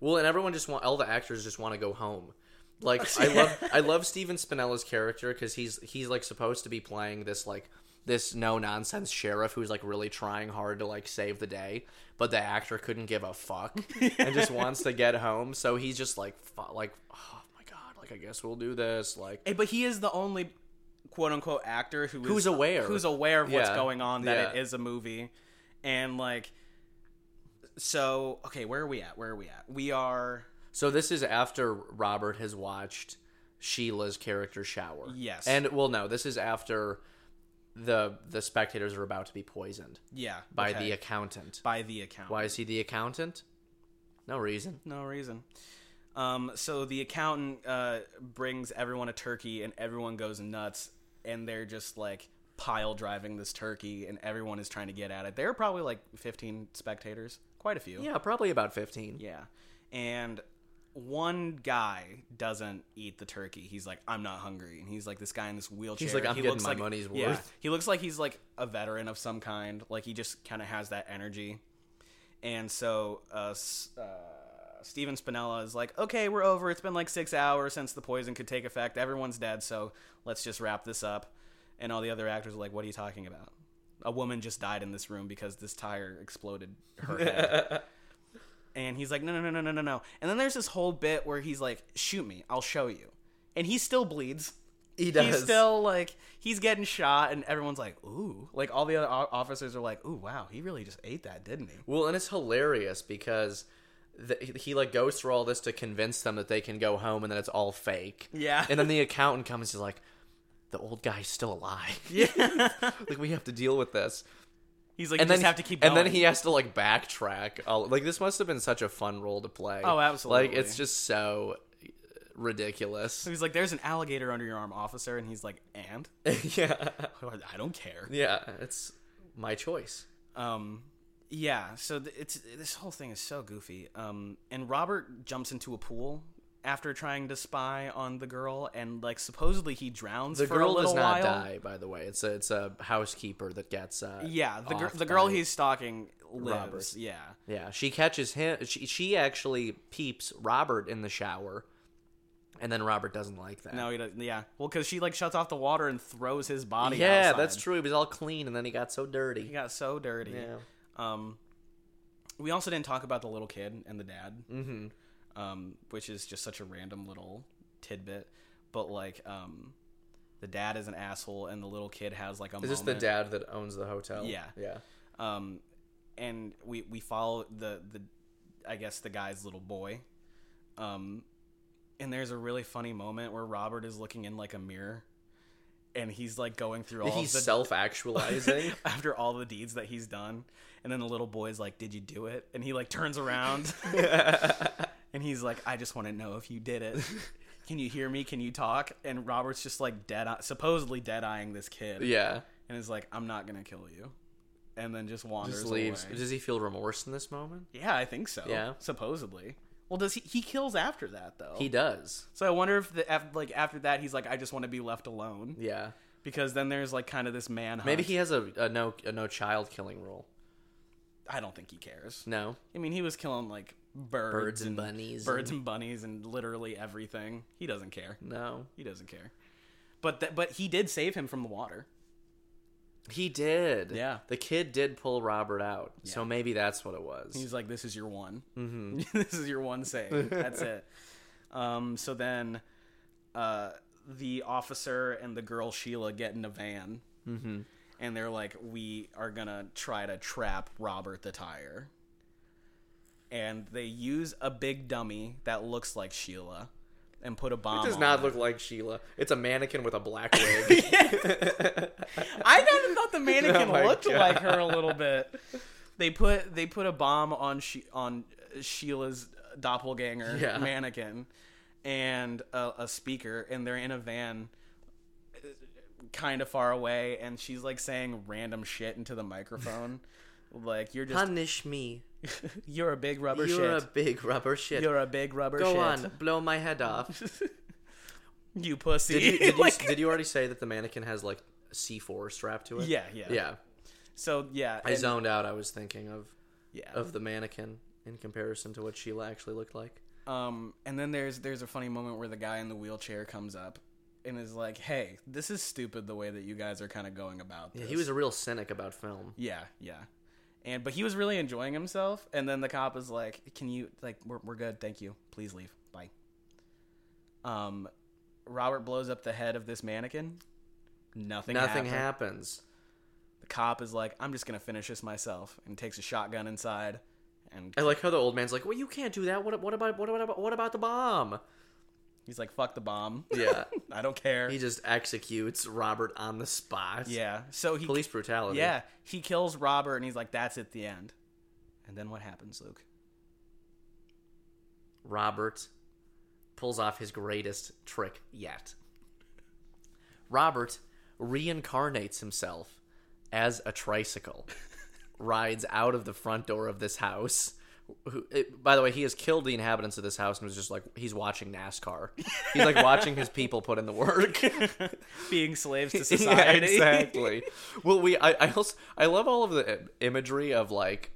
[SPEAKER 1] Well, and everyone just want all the actors just want to go home. Like I love I love Steven Spinella's character because he's he's like supposed to be playing this like this no nonsense sheriff who's like really trying hard to like save the day, but the actor couldn't give a fuck and just wants to get home. So he's just like fu- like oh my god, like I guess we'll do this. Like
[SPEAKER 2] Eh, But he is the only quote unquote actor who is,
[SPEAKER 1] Who's aware.
[SPEAKER 2] who's aware of what's
[SPEAKER 1] Yeah.
[SPEAKER 2] going on that
[SPEAKER 1] Yeah.
[SPEAKER 2] it is a movie, and like, so okay, where are we at? Where are we at? We are
[SPEAKER 1] so this is after Robert has watched Sheila's character shower.
[SPEAKER 2] Yes.
[SPEAKER 1] and well, no, this is after the the spectators are about to be poisoned.
[SPEAKER 2] yeah
[SPEAKER 1] by
[SPEAKER 2] okay,
[SPEAKER 1] the accountant.
[SPEAKER 2] by the account.
[SPEAKER 1] Why is he the accountant? No reason.
[SPEAKER 2] No reason. Um, so the accountant uh, brings everyone a turkey, and everyone goes nuts, and they're just like pile driving this turkey, and everyone is trying to get at it. There are probably like 15 spectators, quite a few.
[SPEAKER 1] Yeah, probably about 15.
[SPEAKER 2] Yeah. And one guy doesn't eat the turkey. He's like, I'm not hungry. And he's like this guy in this wheelchair.
[SPEAKER 1] He's like, "I'm
[SPEAKER 2] he
[SPEAKER 1] getting
[SPEAKER 2] looks
[SPEAKER 1] my
[SPEAKER 2] like,
[SPEAKER 1] money's
[SPEAKER 2] Yeah,
[SPEAKER 1] worth.
[SPEAKER 2] he looks like he's like a veteran of some kind. Like he just kind of has that energy. And so uh, S- uh, Steven Spinella is like, okay, we're over. It's been like six hours since the poison could take effect. Everyone's dead, so let's just wrap this up. And all the other actors are like, what are you talking about? A woman just died in this room because this tire exploded her head.
[SPEAKER 1] <laughs>
[SPEAKER 2] And he's like, no, no, no, no, no, no, no. And then there's this whole bit where he's like, shoot me, I'll show you. And he still bleeds.
[SPEAKER 1] He does.
[SPEAKER 2] He's still like, he's getting shot, and everyone's like, ooh. Like, all the other o- officers are like, ooh, wow, he really just ate that, didn't he?
[SPEAKER 1] well, and it's hilarious because the, he like goes through all this to convince them that they can go home and that it's all fake.
[SPEAKER 2] Yeah.
[SPEAKER 1] And then the accountant comes he's like the old guy's still alive.
[SPEAKER 2] <laughs> Yeah.
[SPEAKER 1] like we have to deal with this.
[SPEAKER 2] he's like,
[SPEAKER 1] And
[SPEAKER 2] you
[SPEAKER 1] then
[SPEAKER 2] just have to keep
[SPEAKER 1] And
[SPEAKER 2] going.
[SPEAKER 1] then he has to like backtrack. All, like this must have been such a fun role to play.
[SPEAKER 2] Oh, absolutely.
[SPEAKER 1] Like it's just so ridiculous. <laughs>
[SPEAKER 2] So he's like, there's an alligator under your arm, officer. And he's like, and? Oh,
[SPEAKER 1] yeah.
[SPEAKER 2] I don't care.
[SPEAKER 1] Yeah, it's my choice.
[SPEAKER 2] Um, yeah. So th- it's this whole thing is so goofy. Um, and Robert jumps into a pool after trying to spy on the girl, and like supposedly he drowns.
[SPEAKER 1] The
[SPEAKER 2] for a
[SPEAKER 1] girl
[SPEAKER 2] little
[SPEAKER 1] does not
[SPEAKER 2] while.
[SPEAKER 1] die, by the way. It's a it's a housekeeper that gets uh,
[SPEAKER 2] Yeah, the gir-
[SPEAKER 1] off
[SPEAKER 2] the girl
[SPEAKER 1] by-
[SPEAKER 2] he's stalking lives.
[SPEAKER 1] Robert.
[SPEAKER 2] Yeah.
[SPEAKER 1] Yeah, she catches him. She, she actually peeps Robert in the shower, and then Robert doesn't like that.
[SPEAKER 2] No, he doesn't. Yeah. Well, because she like shuts off the water and throws his body.
[SPEAKER 1] yeah,
[SPEAKER 2] outside.
[SPEAKER 1] that's true. He was all clean, and then he got so
[SPEAKER 2] He
[SPEAKER 1] dirty.
[SPEAKER 2] got so dirty.
[SPEAKER 1] Yeah.
[SPEAKER 2] Um, we also didn't talk about the little kid and the dad,
[SPEAKER 1] Mm-hmm.
[SPEAKER 2] um, which is just such a random little tidbit. But like, um, the dad is an asshole, and the little kid has like a.
[SPEAKER 1] Is this the
[SPEAKER 2] moment.
[SPEAKER 1] dad that owns the hotel?
[SPEAKER 2] Yeah.
[SPEAKER 1] yeah.
[SPEAKER 2] um, and we we follow the the I guess the guy's little boy, um, and there's a really funny moment where Robert is looking in like a mirror, and he's like going through all
[SPEAKER 1] He's
[SPEAKER 2] the <laughs>
[SPEAKER 1] self-actualizing. <laughs>
[SPEAKER 2] after all the deeds that he's done, and then the little boy's like, "Did you do it?" And he like
[SPEAKER 1] <laughs>
[SPEAKER 2] turns around, <laughs> and he's like, "I just want to know if you did it." Can you hear me? Can you talk? And Robert's just like dead, eye- supposedly dead eyeing this kid,
[SPEAKER 1] yeah.
[SPEAKER 2] and is like, "I'm not gonna kill you," and then just wanders
[SPEAKER 1] Just leaves.
[SPEAKER 2] away.
[SPEAKER 1] Does he feel remorse in this moment?
[SPEAKER 2] Yeah, I think so.
[SPEAKER 1] Yeah.
[SPEAKER 2] supposedly. Well, does he? He kills after that though.
[SPEAKER 1] He does.
[SPEAKER 2] so I wonder if the after, like after that he's like, I just want to be left alone
[SPEAKER 1] Yeah.
[SPEAKER 2] because then there's like kind of this manhunt.
[SPEAKER 1] Maybe he has a, a no a no child killing rule.
[SPEAKER 2] I don't think he cares.
[SPEAKER 1] No.
[SPEAKER 2] I mean, he was killing like birds,
[SPEAKER 1] Birds and bunnies.
[SPEAKER 2] birds and bunnies and literally everything. He doesn't care.
[SPEAKER 1] No.
[SPEAKER 2] He doesn't care. But th- but he did save him from the water.
[SPEAKER 1] He did.
[SPEAKER 2] Yeah.
[SPEAKER 1] The kid did pull Robert out. So maybe that's what it was.
[SPEAKER 2] He's like, "This is your one.
[SPEAKER 1] Hmm.
[SPEAKER 2] Mm-hmm. <laughs> this is your one save.
[SPEAKER 1] <laughs>
[SPEAKER 2] That's it." Um, so then, uh, the officer and the girl Sheila get in a van, mm-hmm. and they're like, "We are gonna try to trap Robert the tire." And they use a big dummy that looks like Sheila, and put a bomb.
[SPEAKER 1] It does
[SPEAKER 2] on
[SPEAKER 1] not
[SPEAKER 2] it.
[SPEAKER 1] look like Sheila. It's a mannequin with a <laughs> black wig.
[SPEAKER 2] <laughs> I kind of thought the
[SPEAKER 1] <laughs>
[SPEAKER 2] mannequin
[SPEAKER 1] Oh my
[SPEAKER 2] looked
[SPEAKER 1] God.
[SPEAKER 2] like her a little bit. They put they put a bomb on she, on Sheila's doppelganger
[SPEAKER 1] Yeah.
[SPEAKER 2] mannequin and a, a speaker, and they're in a van, kind of far away, and she's like saying random shit into the microphone, like you're just
[SPEAKER 1] Punish me.
[SPEAKER 2] you're a big rubber
[SPEAKER 1] You're
[SPEAKER 2] shit.
[SPEAKER 1] a big rubber shit.
[SPEAKER 2] you're a big rubber
[SPEAKER 1] Go
[SPEAKER 2] shit.
[SPEAKER 1] on, blow my head
[SPEAKER 2] <laughs>
[SPEAKER 1] off.
[SPEAKER 2] You pussy.
[SPEAKER 1] Did you, did, you,
[SPEAKER 2] <laughs> Like-
[SPEAKER 1] did you already say that the mannequin has like C4 strapped to it?
[SPEAKER 2] Yeah, yeah.
[SPEAKER 1] Yeah.
[SPEAKER 2] so yeah,
[SPEAKER 1] I
[SPEAKER 2] and-
[SPEAKER 1] zoned out. I was thinking of
[SPEAKER 2] yeah.
[SPEAKER 1] of the mannequin in comparison to what Sheila actually looked like.
[SPEAKER 2] Um, and then there's there's a funny moment where the guy in the wheelchair comes up and is like, "Hey, this is stupid the way that you guys are kind of going about this."
[SPEAKER 1] He was a real cynic about film.
[SPEAKER 2] yeah, yeah. And but he was really enjoying himself. And then the cop is like, "Can you like we're we're good, thank you. Please leave. Bye." Um, Robert blows up the head of this mannequin. Nothing.
[SPEAKER 1] Nothing
[SPEAKER 2] happened.
[SPEAKER 1] happens.
[SPEAKER 2] The cop is like, "I'm just gonna finish this myself," and takes a shotgun inside. And
[SPEAKER 1] I like how the old man's like, "Well, you can't do that. What, what about what about what about the bomb?"
[SPEAKER 2] he's like, "Fuck
[SPEAKER 1] <laughs>
[SPEAKER 2] the bomb.
[SPEAKER 1] Yeah.
[SPEAKER 2] I don't care."
[SPEAKER 1] he just executes Robert on the spot.
[SPEAKER 2] yeah. So he
[SPEAKER 1] Police brutality.
[SPEAKER 2] Yeah, he kills Robert, and he's like, "That's at the end." And then what happens,
[SPEAKER 1] <laughs>
[SPEAKER 2] Luke?
[SPEAKER 1] Robert pulls off his greatest trick yet. Robert reincarnates himself as a
[SPEAKER 2] <laughs>
[SPEAKER 1] tricycle, rides out of the front door of this house. Who, it, by the way, he has killed the inhabitants of this house and was just like, he's watching NASCAR. He's like watching his people put in the
[SPEAKER 2] <laughs>
[SPEAKER 1] work.
[SPEAKER 2] Being slaves to
[SPEAKER 1] Yeah,
[SPEAKER 2] society.
[SPEAKER 1] exactly. <laughs> well, we I, I also I love all of the im- imagery of like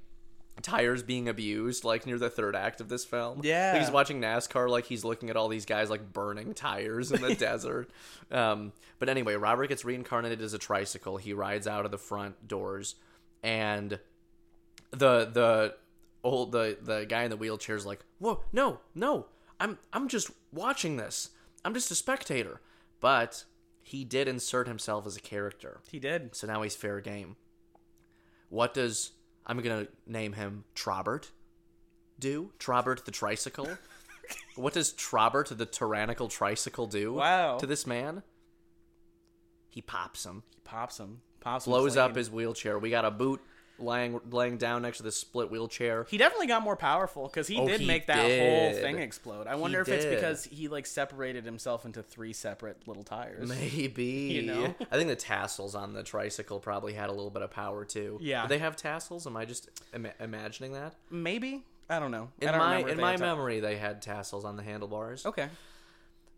[SPEAKER 1] tires being abused, like near the third act of this film.
[SPEAKER 2] Yeah.
[SPEAKER 1] Like, he's watching NASCAR, like he's looking at all these guys like burning tires in the desert. Um, but anyway, Robert gets reincarnated as a tricycle. He rides out of the front doors, and the the old the the guy in the wheelchair is like, "Whoa, no, no, I'm I'm just watching this. I'm just a spectator." But he did insert himself as a character,
[SPEAKER 2] <laughs> He did.
[SPEAKER 1] so now he's fair game. What does I'm gonna name him Trobert do? Trobert the
[SPEAKER 2] <laughs>
[SPEAKER 1] tricycle. what does Trobert the tyrannical tricycle do?
[SPEAKER 2] Wow.
[SPEAKER 1] To this man, he pops him
[SPEAKER 2] He pops him. Pops him
[SPEAKER 1] blows
[SPEAKER 2] clean.
[SPEAKER 1] up his wheelchair. We got a boot lying laying down next to the split wheelchair.
[SPEAKER 2] <laughs> He definitely got more powerful because he
[SPEAKER 1] Oh,
[SPEAKER 2] did
[SPEAKER 1] he
[SPEAKER 2] make that whole
[SPEAKER 1] did.
[SPEAKER 2] thing explode. I wonder if it's
[SPEAKER 1] did.
[SPEAKER 2] because he like separated himself into three separate little tires.
[SPEAKER 1] Maybe
[SPEAKER 2] You know?
[SPEAKER 1] I think the tassels on the tricycle probably had a little bit of power too.
[SPEAKER 2] Yeah.
[SPEAKER 1] Do they have tassels. Am I just Im- imagining that?
[SPEAKER 2] Maybe I don't know. I
[SPEAKER 1] In
[SPEAKER 2] don't
[SPEAKER 1] my
[SPEAKER 2] remember if
[SPEAKER 1] in
[SPEAKER 2] they
[SPEAKER 1] my
[SPEAKER 2] had time-
[SPEAKER 1] memory, they had tassels on the handlebars.
[SPEAKER 2] Okay.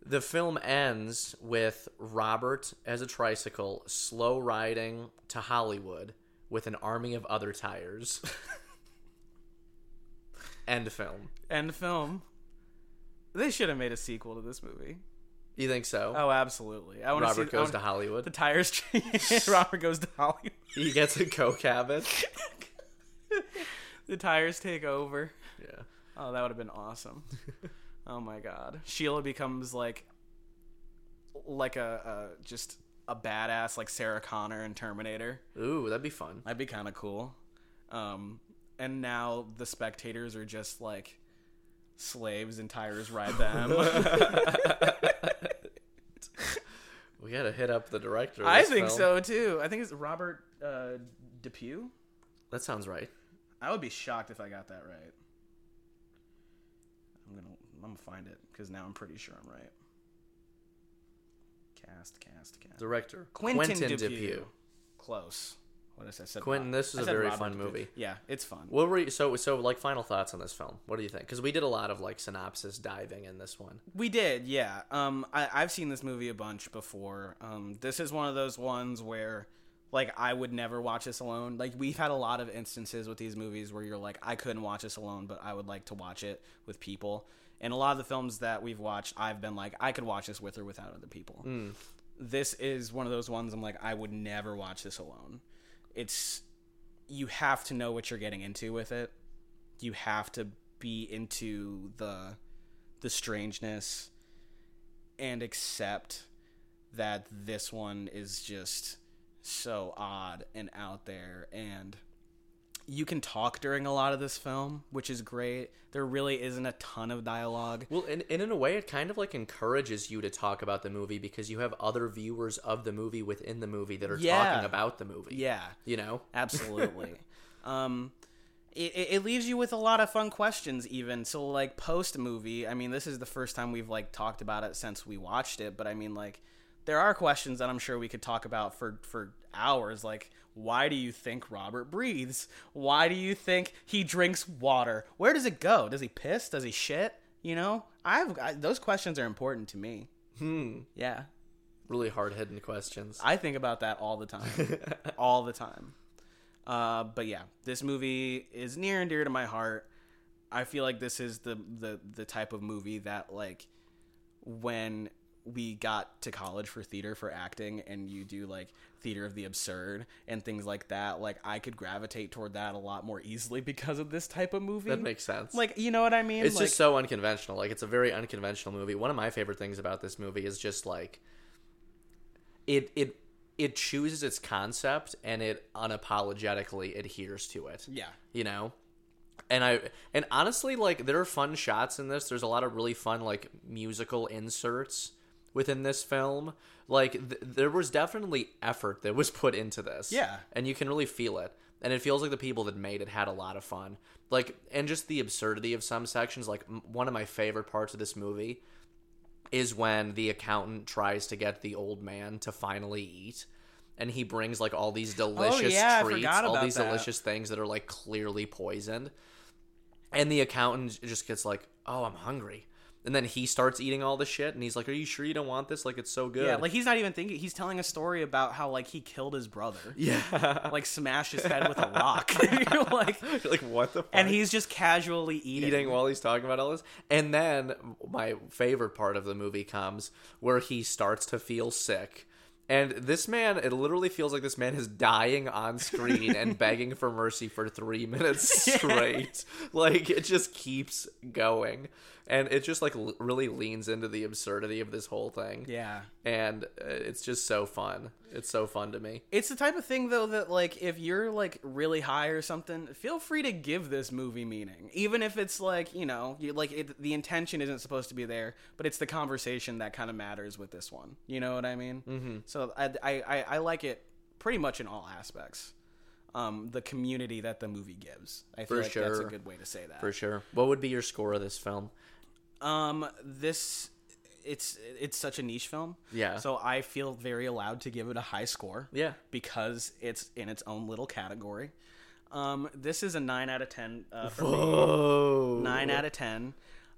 [SPEAKER 1] The film ends with Robert as a
[SPEAKER 2] <laughs>
[SPEAKER 1] tricycle slow riding to Hollywood with an army of other tires. End film.
[SPEAKER 2] End film. They should have made a sequel to this movie.
[SPEAKER 1] You think so?
[SPEAKER 2] Oh, absolutely. I want to see.
[SPEAKER 1] Robert
[SPEAKER 2] I
[SPEAKER 1] goes
[SPEAKER 2] wanna-
[SPEAKER 1] to Hollywood. <laughs>
[SPEAKER 2] <laughs> the tires. change. Robert goes to Hollywood. <laughs>
[SPEAKER 1] he gets a coke habit.
[SPEAKER 2] The tires take over.
[SPEAKER 1] yeah.
[SPEAKER 2] Oh, that would have been awesome. oh my god. Sheila becomes like like a, a just a badass like Sarah Connor in Terminator.
[SPEAKER 1] Ooh, that'd be
[SPEAKER 2] <laughs>
[SPEAKER 1] fun.
[SPEAKER 2] That'd be kind of cool. Um and now the spectators are just like slaves and tires ride them.
[SPEAKER 1] We gotta hit up the director. of
[SPEAKER 2] I
[SPEAKER 1] this
[SPEAKER 2] think
[SPEAKER 1] film.
[SPEAKER 2] so too. I think it's Robert uh Depew.
[SPEAKER 1] That sounds right.
[SPEAKER 2] I would be shocked if I got that right. I'm gonna I'm gonna find it because now I'm pretty sure I'm right. Cast, cast, cast.
[SPEAKER 1] Director
[SPEAKER 2] Close. What did I say? I said
[SPEAKER 1] Quentin,
[SPEAKER 2] Rob-
[SPEAKER 1] this is
[SPEAKER 2] I
[SPEAKER 1] a
[SPEAKER 2] said
[SPEAKER 1] very
[SPEAKER 2] Robert
[SPEAKER 1] fun
[SPEAKER 2] DePew.
[SPEAKER 1] movie.
[SPEAKER 2] Yeah, it's fun.
[SPEAKER 1] What were you, so so like final thoughts on this film? What do you think? Because we did a lot of like synopsis diving in this one.
[SPEAKER 2] We did, yeah. Um, I, I've seen this movie a bunch before. Um, this is one of those ones where, like, I would never watch this alone. Like, we've had a lot of instances with these movies where you're like, I couldn't watch this alone, but I would like to watch it with people. And a lot of the films that we've watched, I've been like, I could watch this with or without other people. This is one of those ones I'm like, I would never watch this alone. It's you have to know what you're getting into with it. You have to be into the the strangeness and accept that this one is just so odd and out there and you can talk during a lot of this film, which is great. There really isn't a ton of dialogue.
[SPEAKER 1] Well, and, and in a way, it kind of like encourages you to talk about the movie because you have other viewers of the movie within the movie that are
[SPEAKER 2] Yeah.
[SPEAKER 1] talking about the movie.
[SPEAKER 2] Yeah.
[SPEAKER 1] You know?
[SPEAKER 2] Absolutely. um, it, it it leaves you with a lot of fun questions, even. So, like, post movie, I mean, this is the first time we've, like, talked about it since we watched it, but I mean, like, there are questions that I'm sure we could talk about for, for hours. Like, why do you think Robert breathes? Why do you think he drinks water? Where does it go? Does he piss? Does he shit? You know, I've I, those questions are important to me. Hmm. Yeah,
[SPEAKER 1] Really hard hitting questions.
[SPEAKER 2] I think about that all the time, all the time. Uh, but yeah, this movie is near and dear to my heart. I feel like this is the the the type of movie that like when we got to college for theater for acting and you do like theater of the absurd and things like that like i could gravitate toward that a lot more easily <laughs> because of this type of
[SPEAKER 1] <laughs>
[SPEAKER 2] movie
[SPEAKER 1] that makes sense.
[SPEAKER 2] like you know what i mean
[SPEAKER 1] it's
[SPEAKER 2] like,
[SPEAKER 1] just so unconventional. Like, it's a very unconventional movie. One of my favorite things about this movie is just like it it it chooses its concept and it unapologetically adheres to it.
[SPEAKER 2] yeah
[SPEAKER 1] you know and i and honestly like there are fun shots in this there's a lot of really fun like musical inserts within this film like th- there was definitely effort that was <laughs> put into this
[SPEAKER 2] Yeah.
[SPEAKER 1] and you can really feel it and it feels like the people that made it had a lot of fun like and just the absurdity of some sections like m- one of my favorite parts of this movie is when the accountant tries to get the old man to finally eat and he brings like all these delicious
[SPEAKER 2] Oh, yeah, I
[SPEAKER 1] treats
[SPEAKER 2] forgot
[SPEAKER 1] all
[SPEAKER 2] about
[SPEAKER 1] these
[SPEAKER 2] that.
[SPEAKER 1] delicious things that are like clearly poisoned and the accountant just gets like oh i'm hungry and then he starts eating all the shit and he's like are you sure you don't want this like it's so good
[SPEAKER 2] yeah like he's not even thinking he's telling a story about how like he killed his brother
[SPEAKER 1] <laughs> yeah
[SPEAKER 2] <laughs> like smash his head with a rock. <laughs> You're like,
[SPEAKER 1] <laughs> like what the fuck?
[SPEAKER 2] and he's just casually eating.
[SPEAKER 1] eating while he's talking about all this. And then my favorite part of the movie comes where he starts to feel sick. And this man, it literally feels like this man is dying on screen
[SPEAKER 2] <laughs>
[SPEAKER 1] and begging for mercy for three minutes straight. Like, it just keeps going. And it just, like, l- really leans into the absurdity of this whole thing.
[SPEAKER 2] Yeah,
[SPEAKER 1] And uh, it's just so fun. It's so fun to me.
[SPEAKER 2] it's the type of thing though that like if you're like really high or something, feel free to give this movie meaning, even if it's like you know you like it, the intention isn't supposed to be there, but it's the conversation that kind of matters with this one. You know what I mean? Mm-hmm. So I, I I I like it pretty much in all aspects. Um, the community that the movie gives, I feel
[SPEAKER 1] For
[SPEAKER 2] like that's a
[SPEAKER 1] sure.
[SPEAKER 2] good way to say that.
[SPEAKER 1] For sure. What would be your score of this film?
[SPEAKER 2] Um, this it's it's such a niche film.
[SPEAKER 1] Yeah.
[SPEAKER 2] So I feel very allowed to give it a high score.
[SPEAKER 1] Yeah.
[SPEAKER 2] Because it's in its own little category. Um, this is a nine out of ten. Uh, for me.
[SPEAKER 1] Whoa.
[SPEAKER 2] Nine out of ten.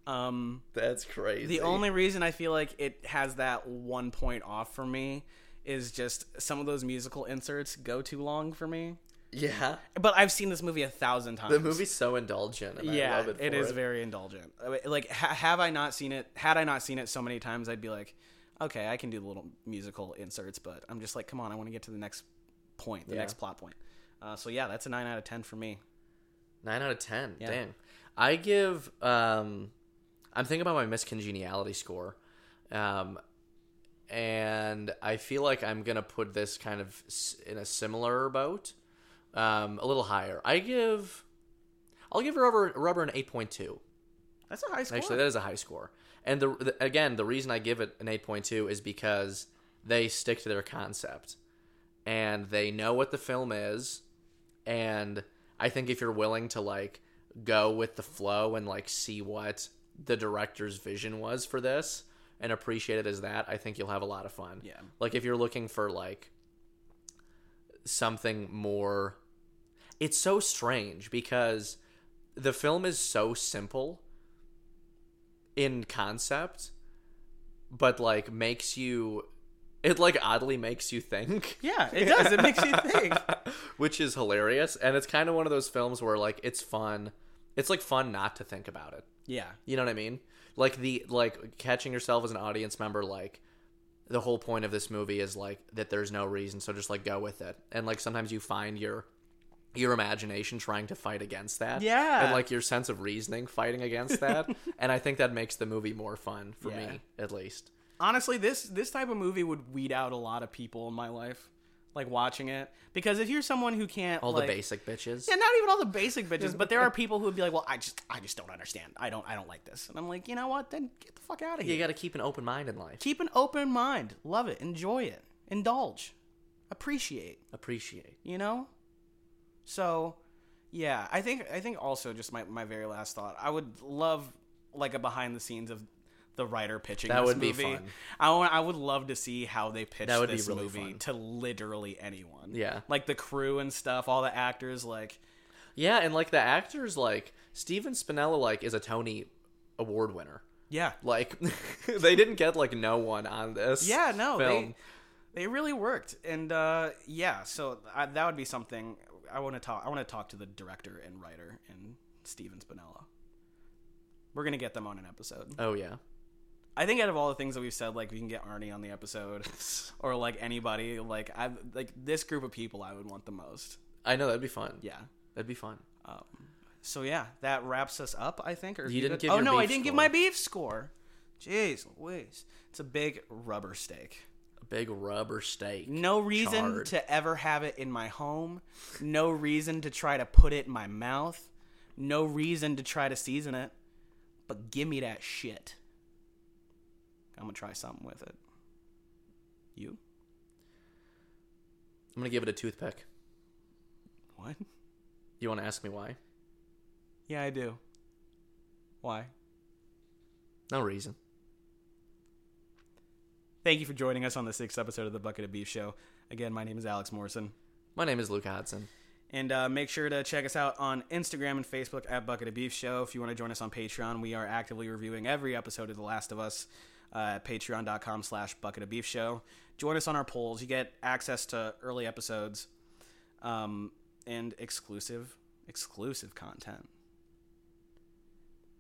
[SPEAKER 2] Um,
[SPEAKER 1] That's crazy.
[SPEAKER 2] the only reason I feel like it has that one point off for me is just some of those musical inserts go too long for me.
[SPEAKER 1] Yeah.
[SPEAKER 2] But I've seen this movie a thousand times.
[SPEAKER 1] The movie's so indulgent. And
[SPEAKER 2] yeah,
[SPEAKER 1] I love it. For
[SPEAKER 2] it is very indulgent. I mean, Like, ha- have I not seen it? Had I not seen it so many times, I'd be like, okay, I can do the little musical inserts, but I'm just like, come on, I want to get to the next point, the
[SPEAKER 1] Yeah.
[SPEAKER 2] next plot point. Uh, so yeah, that's a nine out of ten for me.
[SPEAKER 1] Nine out of ten. Dang. I give. Um, I'm thinking about my miscongeniality score, um, and I feel like I'm gonna put this kind of s- in a similar boat, um, a little higher. I give. I'll give rubber rubber an eight point two.
[SPEAKER 2] That's a high score.
[SPEAKER 1] Actually, that is a high score. And the, the again, the reason I give it an 8.2 is because they stick to their concept and they know what the film is and I think if you're willing to like go with the flow and like see what the director's vision was for this and appreciate it as that, I think you'll have a lot of fun.
[SPEAKER 2] Yeah.
[SPEAKER 1] Like if you're looking for like something more it's so strange because the film is so simple in concept but like makes you it like oddly makes you think <laughs>
[SPEAKER 2] yeah, it does. It <laughs> makes you think.
[SPEAKER 1] which is hilarious and it's kind of one of those films where like it's fun it's like fun not to think about it
[SPEAKER 2] Yeah,
[SPEAKER 1] you know what i mean like the like catching yourself as an audience member like the whole point of this movie is like that there's no reason so just like go with it and like sometimes you find your your imagination trying to fight against that
[SPEAKER 2] Yeah.
[SPEAKER 1] and like your sense of reasoning fighting against <laughs> that and i think that makes the movie more fun for
[SPEAKER 2] Yeah.
[SPEAKER 1] me at least
[SPEAKER 2] honestly, this this type of movie would weed out a lot of people in my life, like watching it. Because if you're someone who can't
[SPEAKER 1] all
[SPEAKER 2] like,
[SPEAKER 1] the basic bitches
[SPEAKER 2] Yeah, not even all the basic bitches, but
[SPEAKER 1] <laughs>
[SPEAKER 2] there are people who would be like, "Well, I just, I just don't understand. I don't, I don't like this." And I'm like, you know what? Then get the fuck out of here.
[SPEAKER 1] you got to keep an open mind in life
[SPEAKER 2] Keep an open mind. Love it. Enjoy it. Indulge. Appreciate.
[SPEAKER 1] appreciate
[SPEAKER 2] You know. So, yeah, I think, I think also just my, my very last thought. I would love like a behind the scenes of the writer pitching
[SPEAKER 1] That
[SPEAKER 2] this
[SPEAKER 1] would be
[SPEAKER 2] movie.
[SPEAKER 1] fun.
[SPEAKER 2] I want, I would love to see how they pitch
[SPEAKER 1] That would be
[SPEAKER 2] this
[SPEAKER 1] really
[SPEAKER 2] movie
[SPEAKER 1] fun.
[SPEAKER 2] to literally anyone.
[SPEAKER 1] Yeah.
[SPEAKER 2] like the crew and stuff, all the actors, like.
[SPEAKER 1] yeah and like the actors like steven spinella like is a tony award winner
[SPEAKER 2] Yeah,
[SPEAKER 1] Like <laughs> they didn't get like no one on this.
[SPEAKER 2] Yeah, no,
[SPEAKER 1] film.
[SPEAKER 2] they they really worked, and uh, yeah, so I, that would be something I want to talk. I want to talk to the director and writer and Steven Spinella. We're gonna get them on an episode.
[SPEAKER 1] Oh yeah,
[SPEAKER 2] I think out of all the things that we've said, like we can get Arnie on the episode, <laughs> or like anybody, like I like this group of people I would want the most.
[SPEAKER 1] I know that'd be fun.
[SPEAKER 2] Yeah.
[SPEAKER 1] that'd be fun.
[SPEAKER 2] Um, so yeah, that wraps us up. I think. Or if
[SPEAKER 1] You didn't
[SPEAKER 2] got-
[SPEAKER 1] give
[SPEAKER 2] Oh
[SPEAKER 1] your
[SPEAKER 2] no, I
[SPEAKER 1] beef
[SPEAKER 2] didn't give
[SPEAKER 1] score.
[SPEAKER 2] my beef score. Jeez, Louise, it's a big rubber steak.
[SPEAKER 1] A big rubber steak.
[SPEAKER 2] No reason
[SPEAKER 1] Charred.
[SPEAKER 2] to ever have it in my home. No reason to try to put it in my mouth. No reason to try to season it. But give me that shit. I'm gonna try something with it. You?
[SPEAKER 1] I'm gonna give it a toothpick.
[SPEAKER 2] What? <laughs>
[SPEAKER 1] You want to ask me why?
[SPEAKER 2] Yeah, I do. Why?
[SPEAKER 1] No reason.
[SPEAKER 2] Thank you for joining us on the sixth episode of the Bucket of Beef Show. Again, my name is Alex Morrison.
[SPEAKER 1] My name is Luke Hodson.
[SPEAKER 2] And uh, make sure to check us out on Instagram and Facebook at Bucket of Beef Show. If you want to join us on Patreon, we are actively reviewing every episode of The Last of Us uh, at patreon.com slash Bucket of Beef Show. Join us on our polls. You get access to early episodes um, and exclusive, exclusive content.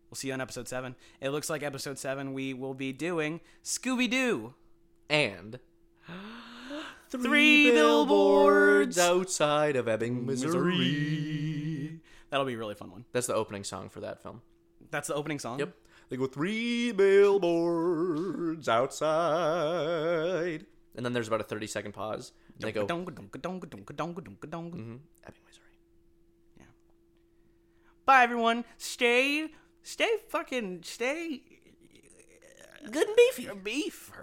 [SPEAKER 2] We'll see you on episode 7. It looks like episode 7 we will be doing Scooby-Doo. <gasps>
[SPEAKER 1] And three,
[SPEAKER 2] billboards
[SPEAKER 1] outside of Ebbing, Missouri.
[SPEAKER 2] That'll be a really fun one.
[SPEAKER 1] That's the opening song for that film.
[SPEAKER 2] That's the opening song.
[SPEAKER 1] Yep. They go three billboards outside, and then there's about a 30 second pause. And they go Mm. Ebbing, Missouri.
[SPEAKER 2] Bye, everyone. Stay, uh, stay fucking, stay. Good beef. Beef.